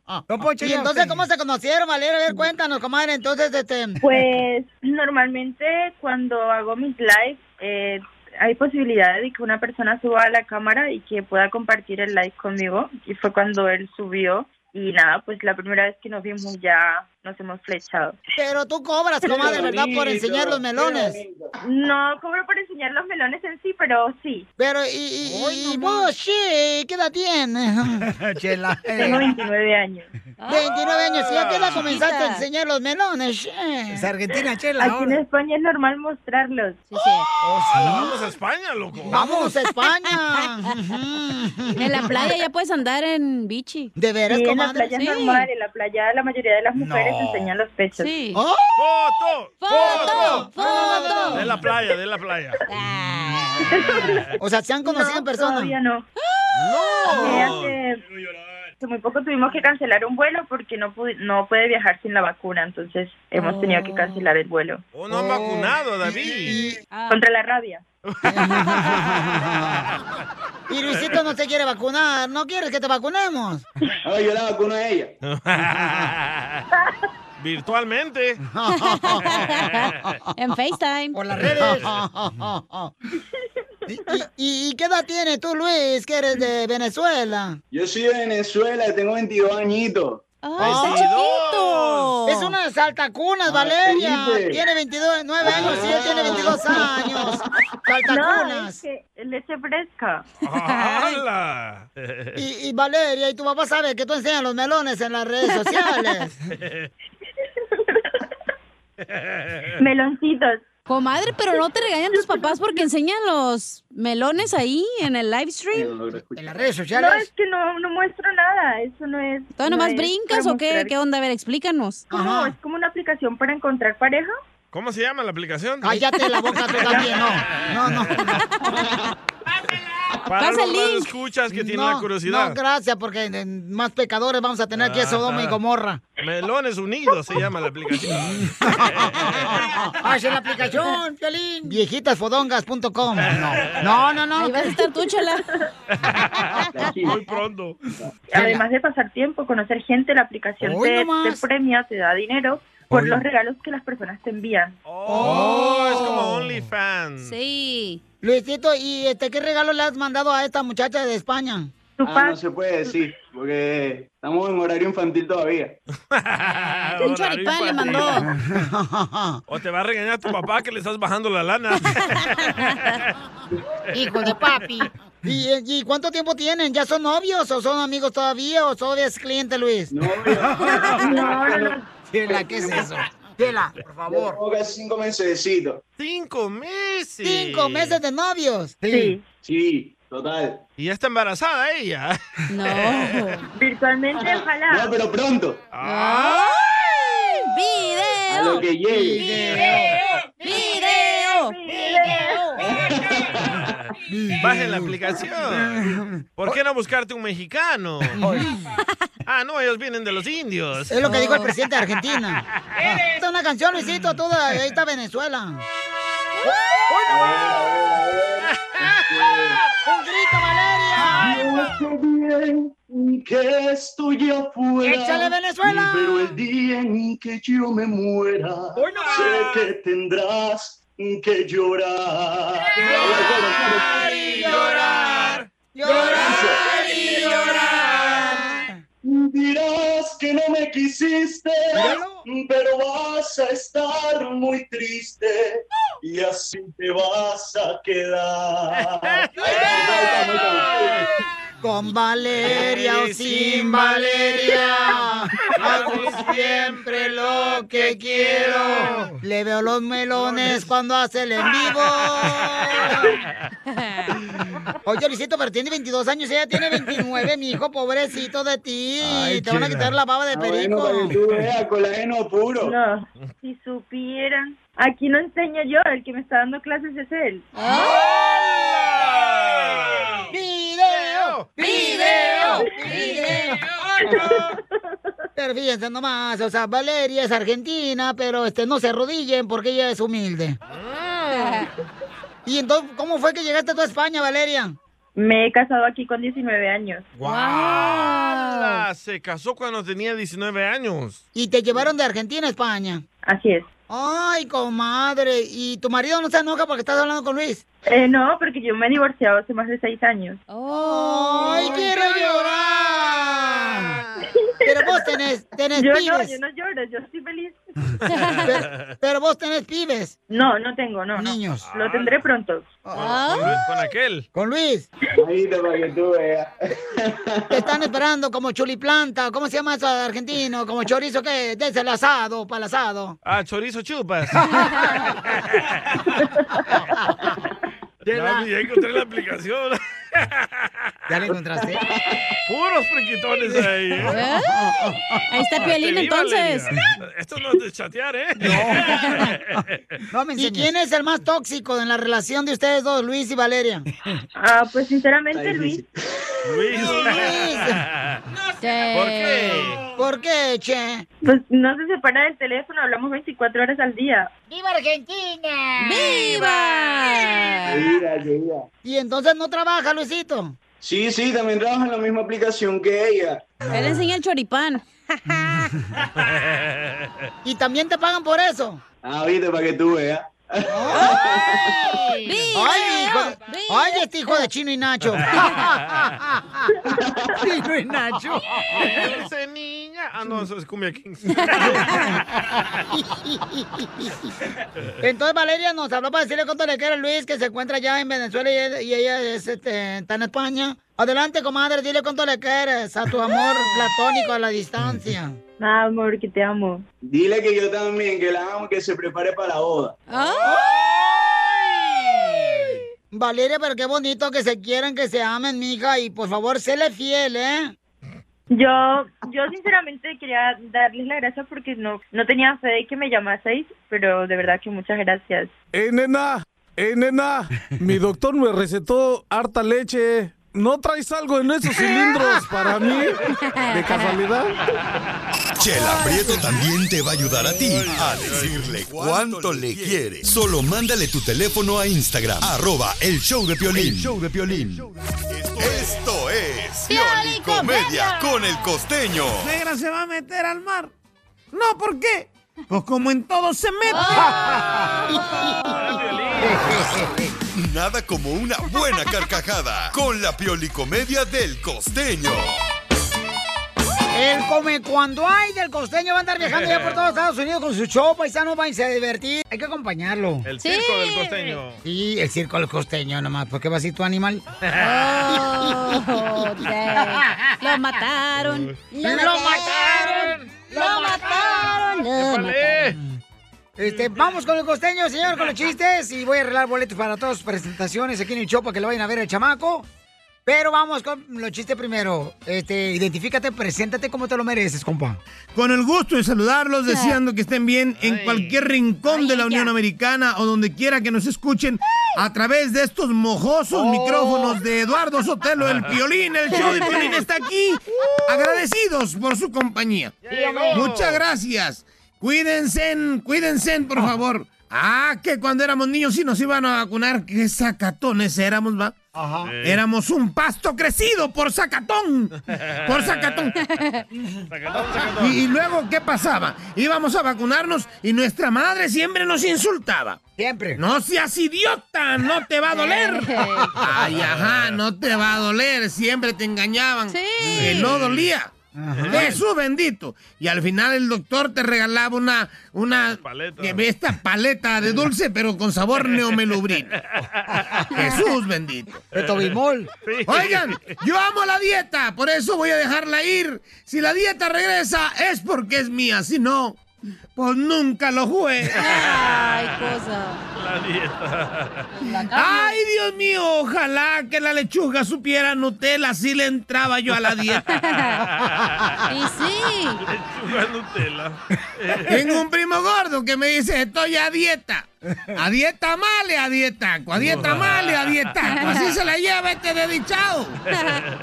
C: Don Poncho, ¿y entonces cómo se conocieron, Valeria? A ver, cuéntanos, comadre. Entonces, este...
N: Pues normalmente cuando hago mis lives eh, hay posibilidad de que una persona suba a la cámara y que pueda compartir el live conmigo y fue cuando él subió y nada, pues la primera vez que nos vimos ya nos hemos flechado.
C: Pero tú cobras, comadre, ¿verdad? Por enseñar los melones.
N: No cobro por enseñar los melones en sí, pero sí.
C: Pero, ¿y, y, y vos, sí, qué edad tienes? Chela.
N: Tengo 29 años.
C: 29 Ah. años, ¿y a qué edad
N: Ah,
C: comenzaste a
N: chiquita.
C: enseñar los melones? Es
J: Argentina,
N: Aquí en España es normal mostrarlos.
A: Ah, la vamos a España, loco.
C: ¡Vamos a España!
B: en la playa ya puedes andar en bichi.
C: ¿De
N: Sí, en la playa es normal, en la playa la mayoría de las mujeres
B: No.
N: enseñan los pechos. Oh.
B: Sí.
A: ¡Foto!
B: ¡Foto!
A: De la playa, de la playa.
C: O sea, ¿se han conocido en persona? ¡Ah!
N: Todavía no. Eh, hace, hace muy poco tuvimos que cancelar un vuelo porque no, pudi- no puede viajar sin la vacuna, entonces hemos tenido que cancelar el vuelo.
A: Oh, no han vacunado, David.
N: Contra la rabia.
C: Y Luisito no se quiere vacunar. ¿No quieres que te vacunemos?
A: Ahora yo la vacuno a ella. Virtualmente.
B: En FaceTime.
C: Por las redes. ¿Y, y- y qué edad tienes tú, Luis, que eres de Venezuela?
U: Yo soy de Venezuela, tengo 22 añitos.
C: Ah, ¡Ay, está chiquito! Es una saltacunas, Valeria.
U: Felipe.
C: Tiene 22, 9 años y él tiene 22 años.
N: No,
C: Saltacunas.
N: es que leche fresca.
A: ¡Hala!
C: Y, y Valeria, y tu papá sabe que tú enseñas los melones en las redes sociales.
N: Meloncitos.
B: Comadre, pero no te regañan tus papás porque enseñan los melones ahí en el live stream.
C: En las redes
N: No, es que no, no muestro nada, eso no es...
B: ¿Todo nomás
N: es
B: brincas
N: para
B: o qué?
N: mostrar.
B: ¿Qué onda? A ver, explícanos.
N: No, es como una aplicación para encontrar pareja.
A: ¿Cómo se llama la aplicación?
C: Cállate la boca tú también, no. No, no.
A: Para
C: Pasa
A: los
C: el
A: radio
C: link.
A: escuchas que tienen
C: no,
A: la curiosidad.
C: No, gracias, porque eh, más pecadores vamos a tener aquí a Sodoma
A: Ah.
C: y Gomorra.
A: Melones Unidos se llama la aplicación.
C: Hacen la aplicación, Piolín. Viejitasfodongas.com. No, no, no. no.
B: Ahí vas a estar tú, chela.
A: Muy pronto.
N: Además de pasar tiempo, conocer gente, la aplicación
A: Hoy
N: te,
A: nomás.
N: te premia, te da dinero por
A: Hoy.
N: los regalos que las personas te envían.
A: Oh, es como OnlyFans.
B: Sí.
C: Luisito, ¿y este qué regalo le has mandado a esta muchacha de España?
U: Ah, no se puede decir, porque estamos en horario infantil todavía.
A: Un choripán le mandó. O te va a regañar tu papá que le estás bajando la lana.
C: Hijo de papi. ¿Y, eh, y cuánto tiempo tienen? ¿Ya son novios o son amigos todavía o todavía es cliente, Luis? No,
U: no, no.
C: Chela, ¿qué es eso? Chela, por favor.
U: Tengo casi cinco mesecitos.
A: ¡Cinco meses!
C: ¿Cinco meses de novios?
U: Sí, total.
A: Y ya está embarazada ella.
N: Virtualmente, ojalá.
U: No, pero pronto.
A: Ah,
B: ¡Ay!
U: A
B: ¡Video!
U: lo que llegue.
B: ¡Video!
A: Bajen la aplicación. ¿Por qué no buscarte un mexicano? Ah, no, ellos vienen de los indios.
C: Es lo que dijo el presidente de Argentina. Esta es una canción, Luisito, toda ahí está Venezuela.
U: ¡Un
C: grito, Valeria!
U: Yo sé bien que estoy afuera.
C: ¡Échale, Venezuela!
U: Pero el día en que yo me muera, sé que tendrás que llorar. Llorar y llorar. Llorar y llorar. Dirás que no me quisiste, pero vas a estar muy triste y así te vas a quedar.
C: Con Valeria o sin Valeria. Hago siempre lo que quiero. Le veo los melones cuando hace el en vivo. Oye, Luisito, pero tiene 22 años, ella tiene 29, mi hijo, pobrecito de ti. Te van a
U: chela.
C: quitar la baba de perico.
U: colágeno puro.
V: No, si supieran. Aquí no enseño yo, el que me está dando clases es él.
C: ¡Video! ¡Video! ¡Video! Pero fíjense nomás, o sea, Valeria es argentina, pero este no se arrodillen porque ella es humilde. Ah.
V: Ah.
C: Y entonces, ¿cómo fue que llegaste tú a España, Valeria?
V: Me he casado aquí con 19 años.
A: ¡Guau! Se casó cuando tenía 19 años.
C: Y te llevaron de Argentina a España.
V: Así es.
C: Ay, comadre. ¿Y tu marido no se enoja porque estás hablando con Luis?
V: Eh, no, porque yo me he divorciado hace más de 6 años.
C: Oh. ¡Ay, quiero llorar! Pero vos tenés, tenés
V: yo no,
C: pibes.
V: yo no lloro, yo estoy feliz.
C: pero, pero vos tenés pibes.
V: No, no tengo, no.
C: Niños.
V: Lo tendré pronto.
A: Con aquel.
C: Ah. Con Luis.
U: Ahí te para que tú veas.
C: Te están esperando como chuliplanta. ¿Cómo se llama eso de argentino? Como chorizo que desde el asado, para el asado.
A: Ah, chorizo chupas.
C: la-
A: Ya, ya encontré la aplicación.
C: ¿Ya la encontraste?
A: Puros friquitones ahí. ¿eh?
B: Ay, ahí está
A: Ah,
B: Piolín,
A: te vi,
B: entonces.
A: Valeria. Esto no es de chatear, ¿eh? No.
C: ¿Y quién es el más tóxico en la relación de ustedes dos, Luis y Valeria?
V: Ah, pues sinceramente, Luis.
A: Luis.
V: ¿Por qué?
C: ¿Por qué, che?
V: Pues no se separa del teléfono, hablamos 24 horas al día.
C: ¡Viva Argentina!
V: ¡Viva!
C: Y entonces no trabaja, Luisito.
U: Sí, sí, también trabaja en la misma aplicación que ella.
B: Él enseña el choripán.
C: ¿Y también te pagan por eso?
U: Ah, viste, para que tú veas.
C: ¡Ay, hijo de- ay, este hijo de Chino y Nacho! ¡Chino y Nacho!
A: Dulce niña. Ah, no, eso es Cumbia Kings.
C: Entonces Valeria nos habló para decirle cuánto le quiere a Luis, que se encuentra ya en Venezuela y, él- y ella es, este, está en España. Adelante, comadre, dile cuánto le quieres a tu amor platónico a la distancia.
V: Amor, que te amo.
U: Dile que yo también, que la amo, que se prepare para la boda.
C: Valeria, pero qué bonito que se quieran, que se amen, mija, y por favor, séle fiel, ¿eh?
V: Yo, yo sinceramente quería darles la gracia porque no, no tenía fe de que me llamaseis, pero de verdad que muchas gracias.
W: Eh, nena, eh, nena, mi doctor me recetó harta leche. ¿No traes algo en esos cilindros para mí? ¿De casualidad?
E: Chela Prieto también te va a ayudar a ti a decirle cuánto le quiere. Solo mándale tu teléfono a Instagram, arroba el show de Piolín.
O: El
E: show de Esto es Pioli
J: Comedia.
E: Comedia con el costeño.
J: Negra se va a meter al mar. No, ¿por qué? Pues como en todo se mete.
E: Nada como una buena carcajada con la Pioli Comedia del costeño.
C: El come cuando hay del costeño va a andar viajando ya por todos Estados Unidos con su show, paisano, va a irse a divertir. Hay que acompañarlo.
A: El circo del costeño.
C: Sí, el circo del costeño nomás. ¿Por qué vas a ir tu animal?
B: Oh, te- Lo mataron.
C: ¡Lo mataron!
B: ¡Lo mataron!
C: ¡Lo mataron! Este, vamos con el costeño, señor, con los chistes. Y voy a arreglar boletos para todas sus presentaciones aquí en el show para que lo vayan a ver el chamaco. Pero vamos con los chistes primero. Este, identifícate, preséntate como te lo mereces, compa.
J: Con el gusto de saludarlos, deseando que estén bien en cualquier rincón de la Unión Americana o donde quiera que nos escuchen a través de estos mojosos micrófonos de Eduardo Sotelo, el violín, el show de violín está aquí. Agradecidos por su compañía. Muchas gracias. Cuídense, cuídense, por favor. Ah, que cuando éramos niños sí nos iban a vacunar. Qué sacatones éramos, va.
A: Sí.
J: Éramos un pasto crecido por sacatón. Por sacatón.
A: Sacatón,
J: Y,
A: sacatón.
J: y luego, ¿qué pasaba? Íbamos a vacunarnos y nuestra madre siempre nos insultaba.
C: Siempre.
J: No seas idiota, no te va a doler. Ay, ajá, no te va a doler. Siempre te engañaban. Que no dolía. Jesús bendito. Y al final el doctor te regalaba una, una paleta. esta paleta de dulce, pero con sabor neomelubrín. Jesús bendito.
C: Betobimol.
J: Oigan, yo amo la dieta, por eso voy a dejarla ir. Si la dieta regresa, es porque es mía, si no, pues nunca lo jugué.
B: Ay, cosa.
A: La dieta.
J: Ay, Dios mío, ojalá que la lechuga supiera Nutella, así le entraba yo a la dieta.
B: Y sí.
A: Lechuga Nutella.
J: Tengo un primo gordo que me dice, estoy a dieta. A dieta male, a dieta, a dieta male, a dieta. Así se la lleva este desdichado.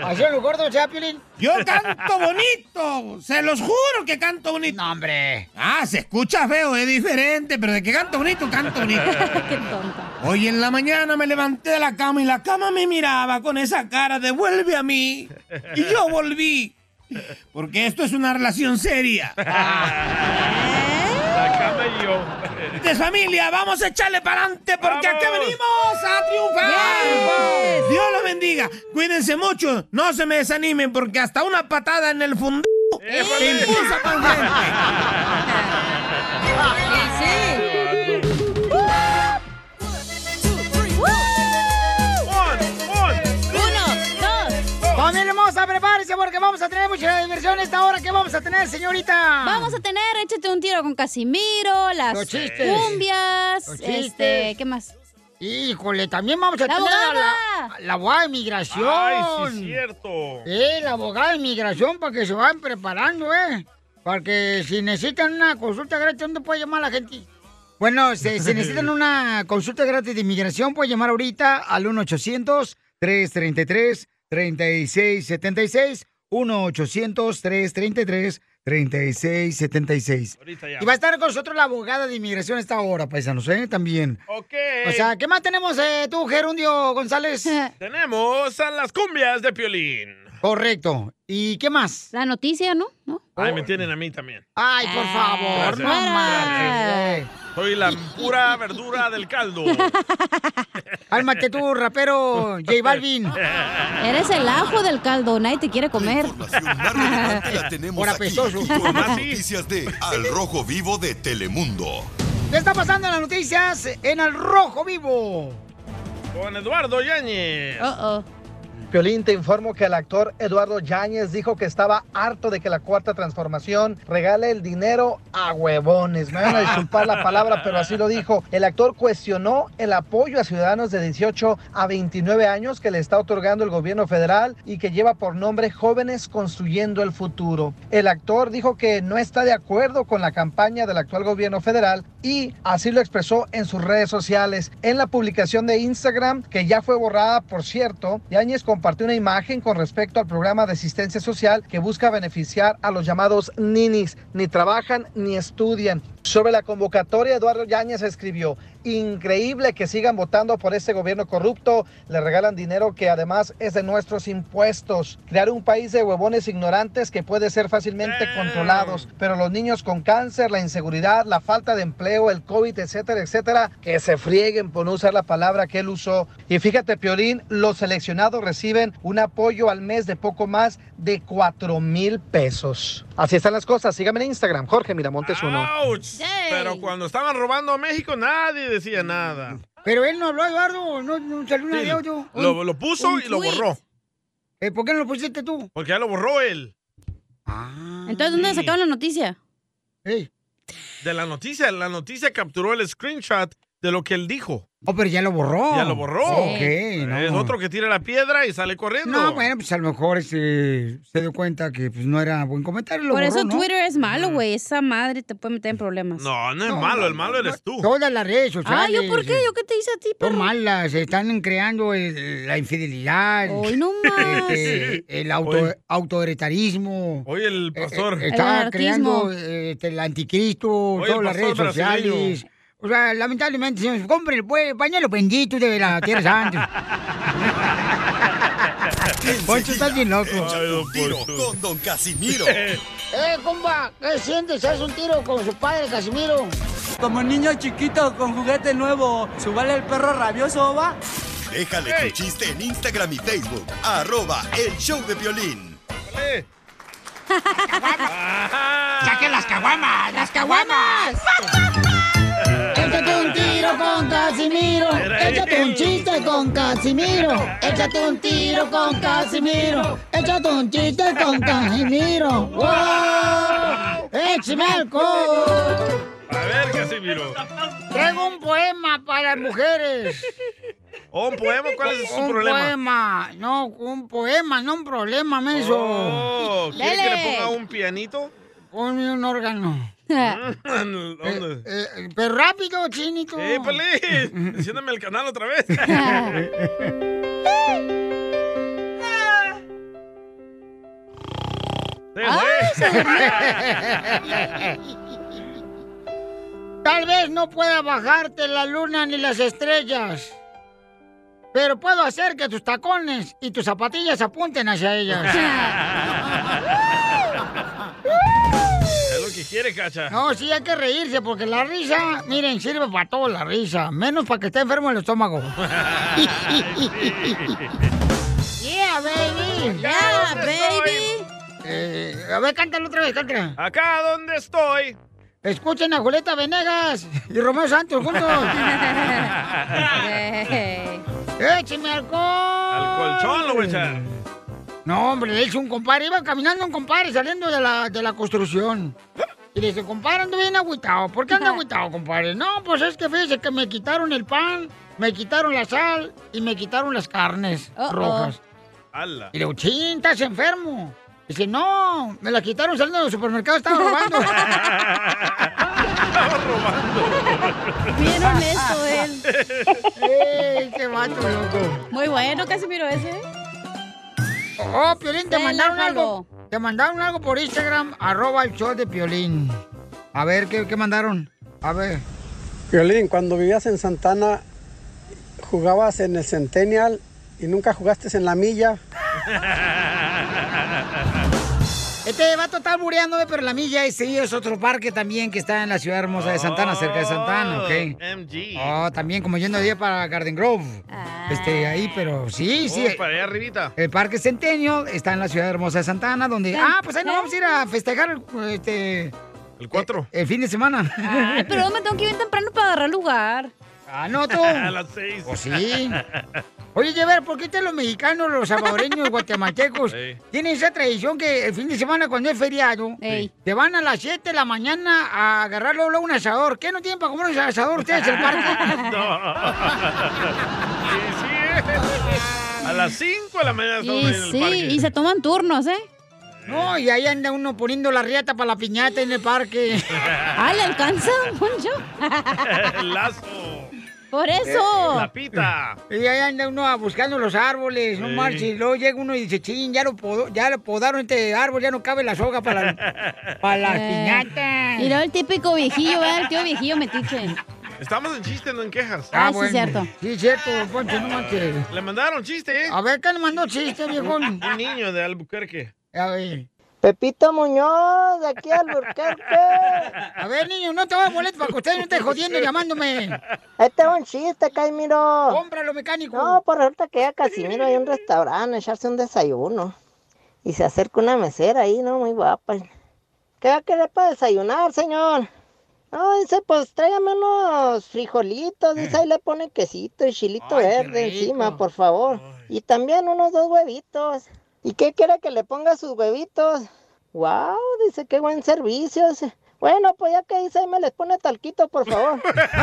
C: Así lo gordo, Chaplin.
J: Yo canto bonito, se los juro que canto bonito. No,
C: hombre.
J: Ah, se escucha feo, es diferente, pero de que canto bonito, canto bonito.
B: Qué tonta.
J: Hoy en la mañana me levanté de la cama y la cama me miraba con esa cara de vuelve a mí. Y yo volví. Porque esto es una relación seria.
C: Ah.
B: ¿Eh?
A: La cama y yo.
J: Entonces, familia, vamos a echarle para adelante porque acá
A: ¡Vamos!
J: venimos a triunfar. Dios los bendiga. Cuídense mucho. No se me desanimen porque hasta una patada en el fondo te impulsa para
C: Familia hermosa, prepárense porque vamos a tener mucha diversión esta hora. ¿Qué vamos a tener, señorita?
B: Vamos a tener, échate un tiro con Casimiro, las
C: Los chistes.
B: cumbias,
C: Los chistes.
B: este, ¿qué más?
C: Híjole, también vamos a
B: ¡La
C: tener a
B: abogada!
C: la, la abogada de migración.
A: Ay, sí, es cierto.
C: Eh, la abogada de migración para que se vayan preparando, ¿eh? Para que si necesitan una consulta gratis, ¿dónde puede llamar la gente? Bueno, si, si necesitan una consulta gratis de inmigración, pueden llamar ahorita al 1-800-333-3676. 1-800-333-3676.
A: Ahorita ya.
C: Y va a estar con nosotros la abogada de inmigración a esta hora, paisanos, ¿eh? También.
A: Ok.
C: O sea, ¿qué más tenemos eh, tú, Gerundio González?
A: Tenemos a las cumbias de Piolín.
C: Correcto. ¿Y qué más?
B: La noticia, ¿no? ¿No?
A: Ay, me tienen a mí también.
C: Oh. Ay, por favor, no
A: Gracias.
C: marches.
A: Soy la pura verdura del caldo.
C: Cálmate tú, rapero J Balvin.
B: Eres el ajo del caldo, nadie te quiere comer.
E: La tenemos
C: Por
E: aquí
C: apestoso.
E: con las noticias de Al Rojo Vivo de Telemundo.
C: ¿Qué está pasando en las noticias en el Rojo Vivo?
A: Con Eduardo Yáñez.
F: Piolín, te informo que el actor Eduardo Yáñez dijo que estaba harto de que la cuarta transformación regale el dinero a huevones. Me van a disculpar la palabra, pero así lo dijo. El actor cuestionó el apoyo a ciudadanos de 18 a 29 años que le está otorgando el gobierno federal y que lleva por nombre Jóvenes Construyendo el Futuro. El actor dijo que no está de acuerdo con la campaña del actual gobierno federal y así lo expresó en sus redes sociales. En la publicación de Instagram, que ya fue borrada, por cierto, Yáñez compartió una imagen con respecto al programa de asistencia social que busca beneficiar a los llamados ninis, ni trabajan ni estudian. Sobre la convocatoria, Eduardo Yáñez escribió, increíble que sigan votando por este gobierno corrupto, le regalan dinero que además es de nuestros impuestos, crear un país de huevones ignorantes que puede ser fácilmente controlados, pero los niños con cáncer, la inseguridad, la falta de empleo, el COVID, etcétera, etcétera, que se frieguen por no usar la palabra que él usó. Y fíjate, Piolín, los seleccionados reciben un apoyo al mes de poco más de 4 mil pesos. Así están las cosas, síganme en Instagram, Jorge Miramontes
A: Ah,
F: uno.
A: Ouch. Pero cuando estaban robando a México, nadie decía nada.
C: Mm. Pero él no habló, Eduardo, no, no salió una
A: Sí,
C: de audio.
A: Lo, lo puso y lo borró.
C: Eh, ¿Por qué no lo pusiste tú?
A: Porque ya lo borró él.
C: Ah.
B: Entonces, ¿dónde sacaron la noticia?
A: De la noticia. La noticia capturó el screenshot de lo que él dijo.
C: Oh, pero ya lo borró.
A: Ya lo borró.
C: Ok, no.
A: Es otro que tira la piedra y sale corriendo.
C: No, bueno, pues a lo mejor este, se dio cuenta que pues, no era buen comentario. lo
B: Por eso
C: borró, ¿no? Mm.
B: Twitter es malo, güey. Esa madre te puede meter en problemas.
A: No, no es malo, el malo eres tú.
C: Todas las redes
B: Ah,
C: sociales.
B: ¿yo por qué? ¿Yo qué te hice a ti,
C: Son
B: perro?
C: malas, están creando el- la infidelidad.
B: Hoy no más.
C: este, el auto,
A: Hoy-
C: autoheritarismo.
A: Hoy el pastor.
C: Eh, Está creando eh, este, el anticristo,
A: el
C: todas las redes
A: pastor brasileño.
C: sociales. O sea, lamentablemente, señores, compren pues, pañuelos benditos de la Tierra Santa. Poncho, estás bien loco.
E: Échate un tiro con Don Casimiro.
C: ¡Eh, compa! ¿Qué sientes? ¿Haz un tiro con su padre, Casimiro?
G: Como niño chiquito con juguete nuevo, subale el perro rabioso, va.
E: Déjale tu chiste en Instagram y Facebook. Arroba el show de violín.
A: ¡Saquen
C: las caguamas! ¡Las caguamas! Échate un tiro con Casimiro. Échate un chiste con Casimiro. Échate un tiro con Casimiro. Échate un chiste con Casimiro. ¡Eh, ¡Wow! ¡Échame alcohol!
A: A ver, Casimiro.
C: Traigo un poema para las mujeres.
A: ¿O Oh, un poema? ¿Cuál es su
C: un
A: problema?
C: poema. No, un poema, no un problema, menso.
A: Oh, ¿quiere que le ponga un pianito?
C: Ponme un órgano.
A: ¿Dónde?
C: Eh, oh. eh, pero rápido, cínico.
A: ¡Eh, Pelín! Enciéndeme el canal otra vez.
C: se Tal vez no pueda bajarte la luna ni las estrellas. Pero puedo hacer que tus tacones y tus zapatillas apunten hacia ellas.
A: es lo que quiere, cacha.
C: No, sí, hay que reírse porque la risa, miren, sirve para todo la risa. Menos para que esté enfermo el estómago. Yeah, baby.
A: Yeah, baby.
C: Eh, a ver, cántalo otra vez, cántala.
A: Acá donde estoy.
C: Escuchen a Julieta Venegas y Romeo Santos juntos. ¡Écheme alcohol!
A: Al colchón lo voy a echar.
C: No, hombre, le hice un compadre. Iba caminando un compadre saliendo de la, de la construcción. Y le dice, compadre, ando bien agüitado. ¿Por qué anda agüitado, compadre? No, pues es que fíjese que me quitaron el pan, me quitaron la sal y me quitaron las carnes
A: Uh-oh.
C: rojas.
A: ¡Hala!
C: Y le digo, ching, estás enfermo. Dice, no, me la quitaron saliendo del supermercado, estaba robando.
B: Bien honesto él.
C: ¡Ey, qué vato loco!
B: Muy bueno, Casimiro ese.
C: Oh, Piolín, te
B: Se
C: mandaron
B: la
C: algo. Te mandaron algo por Instagram, arroba el show de Piolín. A ver, ¿qué, qué mandaron? A ver.
H: Violín, cuando vivías en Santana, jugabas en el Centennial y nunca jugaste en la milla.
C: Este vato está muriendo, pero la milla ese es otro parque también que está en la ciudad hermosa de Santana, cerca de Santana, ¿ok?
A: MG.
C: Oh, también como yendo de día para Garden Grove.
B: Ah.
C: Este, ahí, pero sí, sí.
A: Oh, para allá arribita.
C: El Parque Centennial está en la ciudad hermosa de Santana, donde... Ah, pues
B: ¿Eh?
C: ahí nos vamos a ir a festejar este... eh,
A: El 4.
C: El, fin de semana.
B: Ay, Ah, pero yo me tengo que ir temprano para agarrar lugar.
C: Ah, no, tú.
A: A las 6.
C: Pues sí. Oye, Llever, ¿por qué ustedes los mexicanos, los salvadoreños, guatemaltecos,
A: Sí.
C: tienen esa tradición que el fin de semana cuando es feriado,
A: Ey.
C: te van a las 7 de la mañana a agarrar luego, luego un asador? ¿Qué no tienen para comer un asador ustedes en el parque?
A: A las 5 de la mañana estamos
B: Y
A: en el
B: sí,
A: parque.
B: y se toman turnos, ¿eh?
C: No, y ahí anda uno poniendo la riata para la piñata en el parque.
B: Ah, ¿le alcanza, Poncho?
A: El lazo.
B: Por eso.
A: Eh, La pita.
C: Y ahí anda uno buscando los árboles, no
A: Sí.
C: marches. Luego llega uno y dice, ching, ya lo, podó- ya lo podaron este árbol, ya no cabe la soga para la, para la
B: Eh,
C: piñata.
B: Y luego el típico viejillo, ¿verdad? El tío viejillo metiche.
A: Estamos en chiste, no en quejas.
B: Ah, Ah, sí, bueno. cierto.
C: Sí, cierto, Poncho, no manches.
A: Le mandaron chiste, ¿eh?
C: A ver, ¿qué le mandó chiste, viejón?
A: Un niño de Albuquerque.
C: A ver.
I: Pepito Muñoz, eh, de aquí al Burquerque.
C: A ver, niño, no te voy a molestar para que usted no esté jodiendo llamándome.
I: Este es un chiste, Caimiro.
C: Cómpralo, mecánico.
I: No, pues por ahorita queda Casimiro ahí en un restaurante, a echarse un desayuno. Y se acerca una mesera ahí, ¿no? Muy guapa. ¿Qué va a querer para desayunar, señor? No, dice, pues tráigame unos frijolitos. Dice, ahí le pone quesito y chilito verde encima, por favor. Y también unos dos huevitos. ¿Y qué quiere que le ponga a sus huevitos? ¡Wow! Dice, qué buen servicio. Dice, Bueno, pues ya que dice, ahí me les pone talquito, por favor.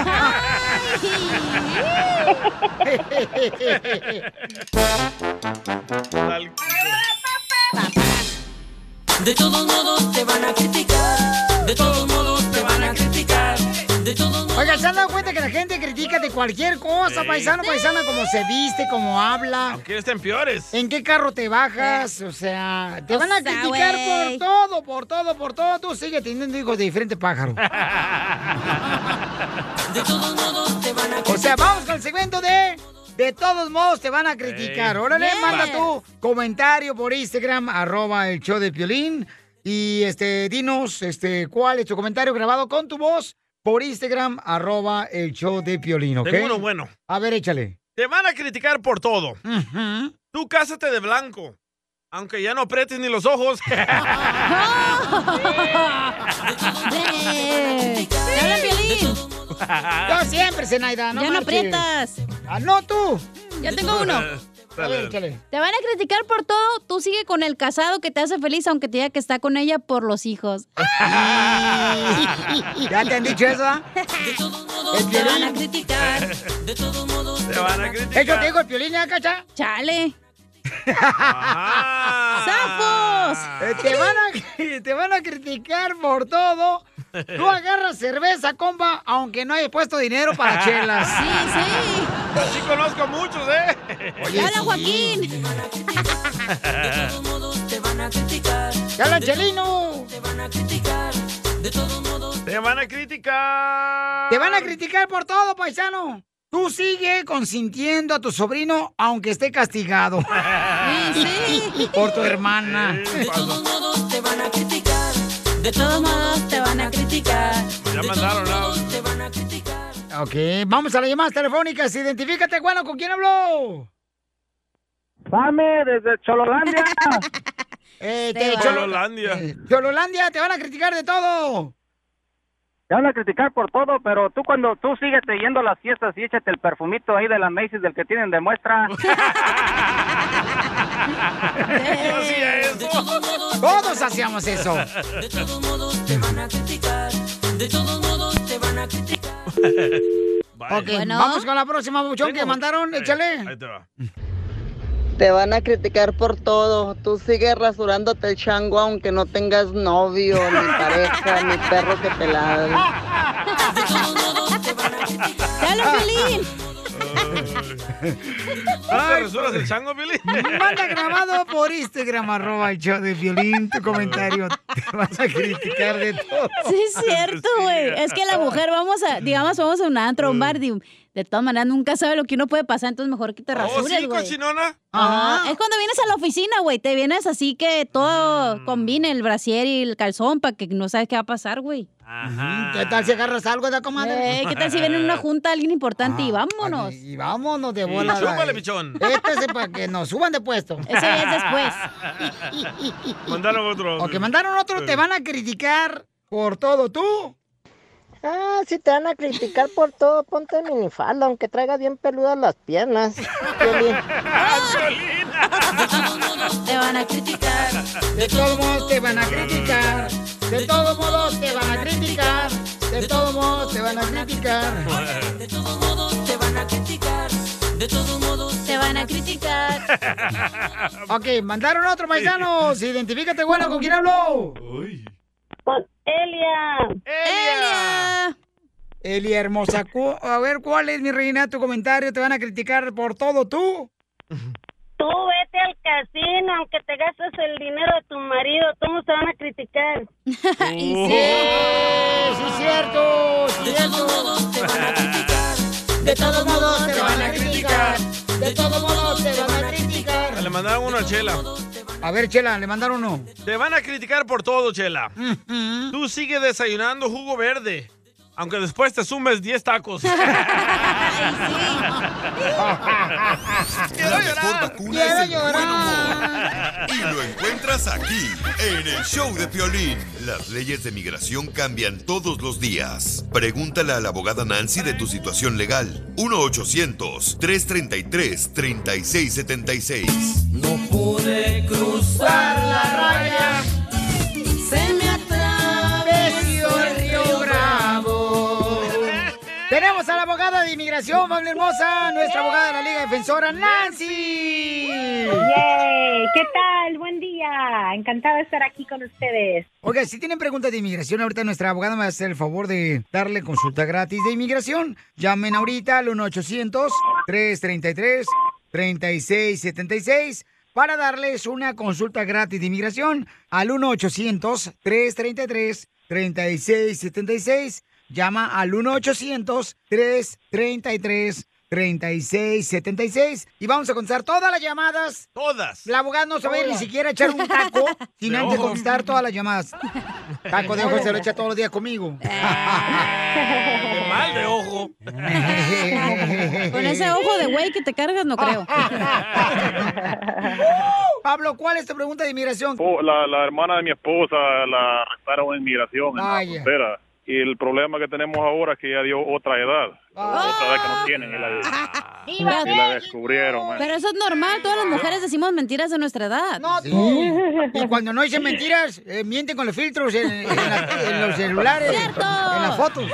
O: De todos modos te van a criticar. De todos modos te van a criticar. De todos
C: Oiga, ¿se han dado cuenta que la gente critica de cualquier cosa,
A: Sí. Ah.
C: paisano, paisana, como se viste, como habla?
A: Aunque estén peores.
C: ¿En qué carro te
A: Eh.
C: bajas? O sea, te
A: O
C: van a
A: sea,
C: criticar
A: güey.
C: por todo, por todo, por todo. Tú sigue teniendo hijos de diferente pájaro.
O: modos te van a
C: O sea, vamos con el segmento de... De todos modos te van a criticar.
O: Ey.
C: Órale,
O: Yes.
C: manda tu comentario por Instagram, arroba el show de Piolín. Y este, dinos este, cuál es tu comentario grabado con tu voz por Instagram, arroba el show de Piolín, ¿ok?
A: Tengo uno bueno.
C: A ver, échale.
A: Te van a criticar por todo. Tú cásate de blanco. Aunque ya no apretes ni los ojos.
B: ¡Habla, Piolín!
C: Yo siempre, Zenaida, no
B: Ya no
C: marches.
B: aprietas.
C: Ah, no, tú.
B: Yo tengo uno.
C: A ver, échale.
B: Te van a criticar por todo. Tú sigue con el casado que te hace feliz, aunque te diga que está con ella por los hijos.
C: ¿Ya te han dicho eso?
O: Todos te van a criticar. De todos modos te van a criticar.
C: ¿Eso te digo el piolín, ya, cacha?
B: ¡Chale!
C: ¡Sapos! Eh, Te van, a, te van a criticar por todo. Tú agarras cerveza, compa, aunque no hayas puesto dinero para chelas.
A: Sí,
B: sí.
A: Así conozco muchos, ¿eh?
C: Oye, Habla, sí. Joaquín.
O: Te van a criticar.
C: ¡Ya la Angelino!
O: Te van a criticar. De todos modos
A: Te van a criticar.
C: Te van a criticar por todo, paisano. Tú sigue consintiendo a tu sobrino, aunque esté castigado. Por tu hermana.
O: todos te van a criticar. De todos modos te van a criticar.
A: Ya mandaron, ¿no?
C: Ok, vamos a las llamadas telefónicas. Identifícate, bueno, ¿con quién habló?
S: Dame desde Chololandia.
C: Eh, te- Cholo- Chololandia, te van a criticar de todo.
S: Te van a criticar por todo, pero tú cuando tú sigues yendo a las fiestas y échate el perfumito ahí de la Macy's del que tienen de muestra.
A: Yo hacía eso.
C: Todos hacíamos eso.
O: De todos modos te van a criticar. De todos modos te van a criticar.
C: Ok, vamos con la próxima, buchón, que mandaron. Échale.
A: Ahí te va.
I: Te van a criticar por todo. Tú sigues rasurándote el chango aunque no tengas novio, ni pareja, ni perro que te ladre.
B: ¡Dale, Piolín!
A: ¿Te resuelves el chango, Oh, Billy?
C: Manda grabado por Instagram, arroba el show de violín, tu comentario. Te vas a criticar de todo.
B: Sí, es cierto, güey. Es que la mujer, vamos a, digamos, vamos a un antro,
C: Mm.
B: un bar, di- de todas maneras, nunca sabe lo que uno puede pasar, entonces mejor que te
A: ¿Oh,
B: rasures,
A: sí,
B: güey.
A: cochinona?
C: Ah.
B: Ajá. Es cuando vienes a la oficina, güey. Te vienes así que todo
C: Mm.
B: combine el brasier y el calzón para que no sabes qué va a pasar, güey.
A: Ajá.
C: ¿Qué tal si agarras algo de comadre? Ah,
B: Eh, ¿Qué tal si viene en una junta alguien importante y vámonos? Oh,
C: Y vámonos de
A: Sí,
C: bola.
A: chúpale,
C: güey.
A: pichón.
C: Este es para que nos suban de puesto.
B: Eso ya es después.
A: Mandaron otro.
C: Ok, mandaron otro, te van a criticar por todo tú.
I: Ah, si te van a criticar por todo, ponte minifalda, aunque traigas bien peludas las piernas. Piolín.
B: Te van a criticar.
C: De todos modos te van a criticar. De todos modos te van a criticar. De todos modos te van a criticar.
O: De todos modos te van a criticar. De todos modos
B: Te van a criticar.
C: Ok, mandaron otro, paisanos. Identifícate, bueno, ¿con quién habló?
O: Con Elia.
B: Elia.
C: Elia hermosa. cu- A ver, ¿cuál es mi reina? Tu comentario te van a criticar por todo tú.
K: Tú vete al casino, aunque te gastes el dinero de tu marido, todos te van a criticar.
C: Sí, Oh, sí, cierto, cierto.
O: De todos modos te van a
C: criticar. De todos modos te van a criticar.
A: Ah, Le mandaron uno a Chela.
C: A ver, Chela, le mandaron uno.
A: Te van a criticar por todo, Chela. Tú sigue desayunando jugo verde. Aunque después te sumes 10 tacos.
E: La mejor vacuna
C: Quiero
E: es el
C: llorar.
E: buen humor. Y lo encuentras aquí, en el show de Piolín. Las leyes de migración cambian todos los días. Pregúntale a la abogada Nancy de tu situación legal. 1-800-333-3676. No pude
O: cruzar la raya.
K: Se me atravesó el río Bravo.
C: Tenemos a la abogada de inmigración, Pablo Hermosa, nuestra abogada de la Liga Defensora, Nancy.
K: Yay, ¿Qué tal? Buen día. Encantada de estar aquí con ustedes.
C: Oiga, si tienen preguntas de inmigración, ahorita nuestra abogada me va a hacer el favor de darle consulta gratis de inmigración. Llamen ahorita al 1-800-333-3676 para darles una consulta gratis de inmigración al 1-800-333-3676. Llama al 1-800-333-3676. 3676. Y vamos a contestar todas las llamadas.
A: Todas.
C: La abogada no se va a ir ni siquiera a echar un taco sin
A: De
C: antes
A: ojos.
C: contestar todas las llamadas.
F: Ah.
C: Taco de ojo se lo echa todos los días conmigo.
B: Ah.
A: Qué mal de ojo.
B: Con ese ojo de güey que te cargas, no creo.
C: Pablo, ¿cuál es tu pregunta de inmigración?
X: espo- la, la hermana de mi esposa la arrestaron en migración en la
C: Vaya.
X: frontera. Y el problema que tenemos ahora es que ella dio otra edad. Otra edad que no tienen. Y la,
B: ¡Viva
X: y la descubrieron. man.
B: Ah. Pero eso es normal, todas las mujeres decimos mentiras a nuestra edad.
C: No, Y cuando no dicen mentiras, eh, mienten con los filtros en, en la- en los celulares,
B: ¡Cierto!
C: en las fotos.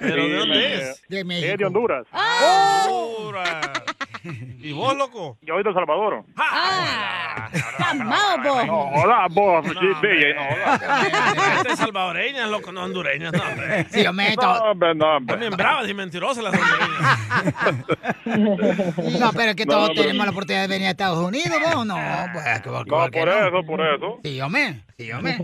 A: ¿Pero de dónde
X: me-
A: es?
C: De
X: Ella es de Honduras.
A: Honduras. ¿Y vos, loco? Ah.
X: Yo soy de El Salvador. Ah,
B: ¡Camao, vos!
X: No, hola, vos, sí, bella, no,
A: Este es salvadoreña, loco, no hondureñas, no, hombre.
X: Sí, yo meto. No, hombre, no, hombre.
A: También bravas y mentirosas las hondureñas.
C: No, pero es que todos
X: No, pero-
C: tenemos la oportunidad de venir a Estados Unidos, ¿no? No, pues, que,
X: No,
C: que
X: por
C: no.
X: eso, por eso.
C: Sí, hombre, sí, hombre.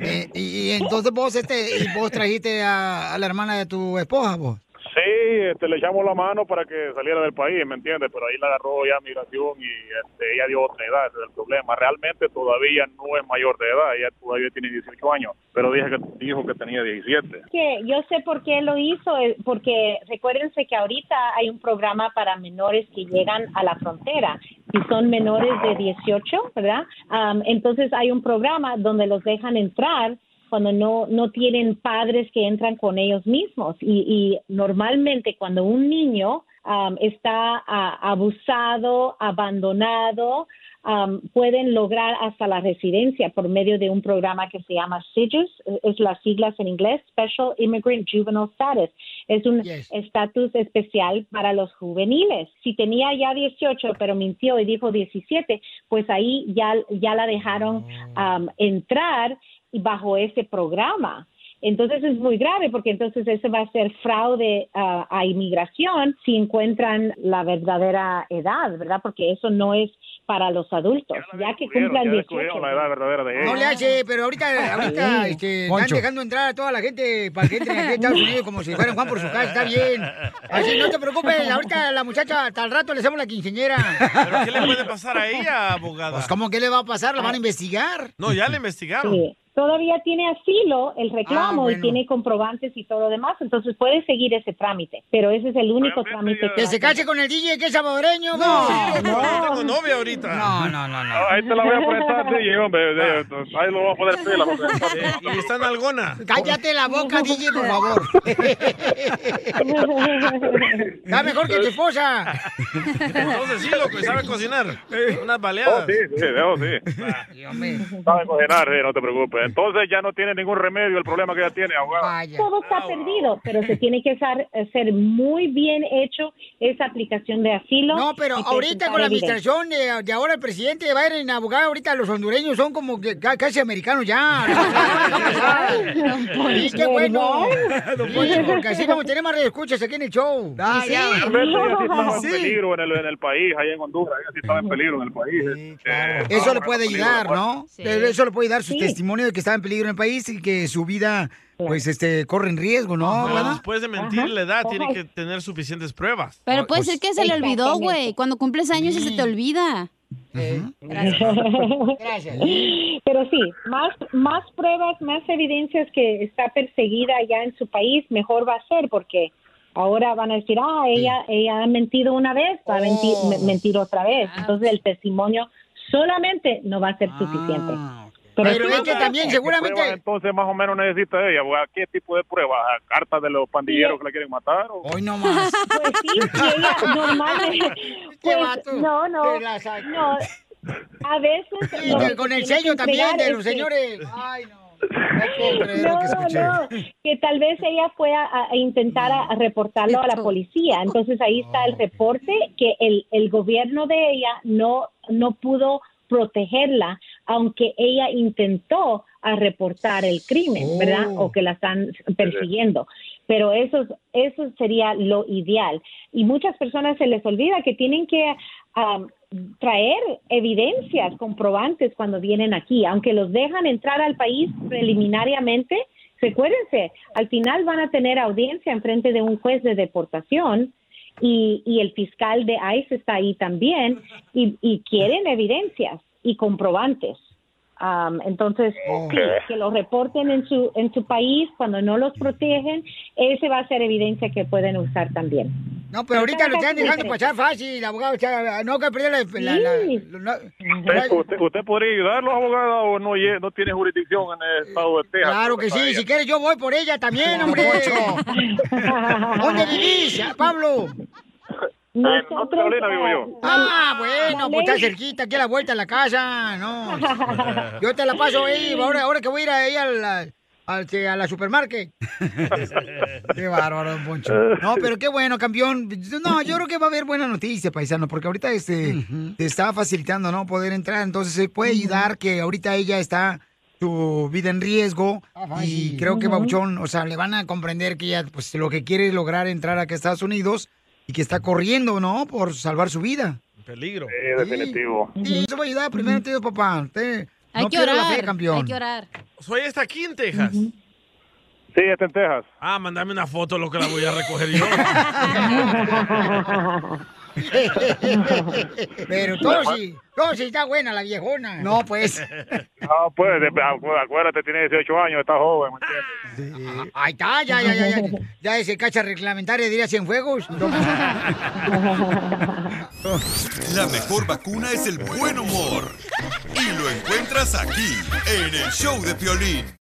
C: Eh, y, y entonces vos, este, y vos trajiste a, a la hermana de tu esposa, vos.
X: Sí, este, le echamos la mano para que saliera del país, ¿me entiendes? Pero ahí la agarró ya migración y este, ella dio otra edad, ese es el problema. Realmente todavía no es mayor de edad, ella todavía tiene 18 años, pero dije que, dijo que tenía 17.
M: que yo sé por qué lo hizo, eh, porque recuérdense que ahorita hay un programa para menores que llegan a la frontera. Si son menores de 18, ¿verdad? Am, entonces hay un programa donde los dejan entrar cuando no, no tienen padres que entran con ellos mismos. Y, y normalmente cuando un niño am, está ah, abusado, abandonado, am, pueden lograr hasta la residencia por medio de un programa que se llama SIGIS, eh, es las siglas en inglés, Special Immigrant Juvenile Status. Es un estatus especial para los juveniles. Si tenía ya 18, pero mintió y dijo 17, pues ahí ya, ya la dejaron am, entrar y bajo ese programa. Entonces es muy grave porque entonces ese va a ser fraude ah, a inmigración si encuentran la verdadera edad, ¿verdad? Porque eso no es para los adultos, ya que cumplan
X: ya
M: 18.
X: descubrieron la edad verdadera de ella.
C: No le hace, pero ahorita, ahorita
X: Eh. Sí.
C: este, están
X: Poncho.
C: dejando entrar a toda la gente para que entren aquí a Estados Unidos como si fueran Juan por su casa, está bien. Así, no te preocupes, ahorita la muchacha, hasta el rato le hacemos la quinceñera.
A: ¿Pero qué le puede pasar a ella, abogada?
C: Pues, ¿cómo que le va a pasar? ¿La van a investigar?
A: No, ya la investigaron.
M: Sí. Todavía tiene asilo el reclamo
A: Ah,
M: y
A: bueno.
M: tiene comprobantes y todo lo demás, entonces puede seguir ese trámite, pero ese es el único trámite que...
C: Que se cache con el DJ que es salvadoreño.
M: No,
A: no. Tengo novia ahorita.
C: No, no, no, no.
X: Ahí te la voy a prestar, DJ, hombre. de- Ahí lo voy a poner pila. porque-
A: Ah. ¿Y está en alguna?
C: Cállate la boca, DJ, por favor. Está mejor que tu esposa.
A: Entonces sí, loco, y sabe cocinar. Unas baleadas.
X: Oh, sí, sí, oh, sí. Sabe cocinar, sí, no te preocupes. Entonces ya no tiene ningún remedio el problema que ella tiene, abogado.
M: Todo está perdido, pero se tiene que sar- ser muy bien hecho esa aplicación de asilo.
C: No, pero
M: y
C: ahorita con la
M: presentar evidencia.
C: administración de, de ahora el presidente Biden, abogado, ahorita los hondureños son como que ca- casi americanos ya. y qué bueno.
X: Don
C: Sí,
X: Poncho.
C: porque así vamos a tener más escuchas aquí en el show.
X: Ah,
C: Sí, sí.
X: Realmente ella sí estaba en peligro en el, en el país, allá en Honduras. Ella sí estaba en peligro en el país. Eh,
C: Eso
X: estaba
C: le puede
X: en peligro pues. en el
C: ayudar,
X: país.
C: ¿no? Eso le puede dar su testimonio de que está en peligro en el país y que su vida, pues, este, corre en riesgo,
B: Ah,
C: ¿no?
A: Pero
C: abogada?
A: después de mentir la edad, tiene que tener suficientes pruebas. Pues,
B: Pero puede ser que se le olvidó, güey. Cuando cumples años y se te olvida.
C: Gracias.
M: Pero sí, más, más pruebas, más evidencias que está perseguida ya en su país, mejor va a ser porque ahora van a decir, ah, ella, ella ha mentido una vez, va a mentir, me- mentir otra vez. Entonces el testimonio solamente no va a ser suficiente.
X: Pero
M: sí,
X: es que también
M: ¿qué
X: seguramente-
M: pruebas?
X: Entonces más o menos necesita ella, abogada. ¿Qué tipo de pruebas? ¿Cartas de los pandilleros que la quieren matar? O...
C: Hoy no más.
M: Pues sí, y ella normalmente... pues,
C: Este vato,
M: no, no,
C: te la saca.
M: no. A veces...
C: Y
M: lo
C: de-
M: que
C: con el
M: tienes que
C: sello también
M: entregar
C: de
M: es
C: los
M: que-
C: señores. Ay, no. No puedo creer lo
M: no,
C: que escuché.
M: no, que tal vez ella fue a, a intentar a- a reportarlo a la policía. Entonces ahí está el reporte que el, el gobierno de ella no, no pudo protegerla, aunque ella intentó a reportar el crimen, ¿verdad? O que la están persiguiendo. Pero eso, es- eso sería lo ideal. Y muchas personas se les olvida que tienen que um, traer evidencias comprobantes cuando vienen aquí, aunque los dejan entrar al país preliminariamente. Recuérdense, al final van a tener audiencia en frente de un juez de deportación y, y el fiscal de ICE está ahí también y, y quieren evidencias y comprobantes. Um, entonces, sí, que lo reporten en su, en su país, cuando no los protegen, ese va a ser evidencia que pueden usar también.
C: No, pero ahorita lo están dejando pasar fácil, abogado. O sea, no hay que perder la... la- la- la-
L: ¿Usted, usted, usted podría ayudarlos, abogada, o no, lle- no tiene jurisdicción en el estado de Texas?
C: Claro que sí,
L: Todavía.
C: si quieres yo voy por ella también, hombre. ¿Dónde vivís, Pablo?
L: En Norte Carolina vivo yo.
C: Ah, bueno, pues está cerquita, aquí a la vuelta a la casa, no. Yo te la paso ahí, ahora, ahora que voy a ir ahí a la, al- que- a la supermarket. Qué bárbaro, don Poncho. No, pero qué bueno, campeón. No, yo creo que va a haber buena noticia, paisano, porque ahorita este te está facilitando, ¿no? Poder entrar, entonces se puede ayudar que ahorita ella está su vida en riesgo
B: Ah,
C: y creo que
P: Ujú.
C: Bauchón, o sea, le van a comprender que ella pues lo que quiere es lograr entrar acá a Estados Unidos y que está corriendo, ¿no? Por salvar su vida.
A: Peligro.
L: Sí, definitivo.
C: Y eso va a ayudar primero tío, papá. Te-
B: Hay
C: no
B: que
C: pierda
B: orar.
C: la fe, campeón.
B: Hay que orar.
A: Soy esta aquí en Texas.
L: Sí, está en Texas.
A: Ah, mandame una foto, lo que la voy a recoger yo.
C: Pero Tosi, Tosi está buena la viejona. No, pues.
L: No, pues, de- acu- acuérdate, tiene 18 años, está joven, ¿me
C: entiendes? Ahí está, ya, ya, ya, ya. Ya ese cacha reglamentaria diría Cienfuegos.
E: La mejor vacuna es el buen humor. Y lo encuentras aquí, en el show de Piolín.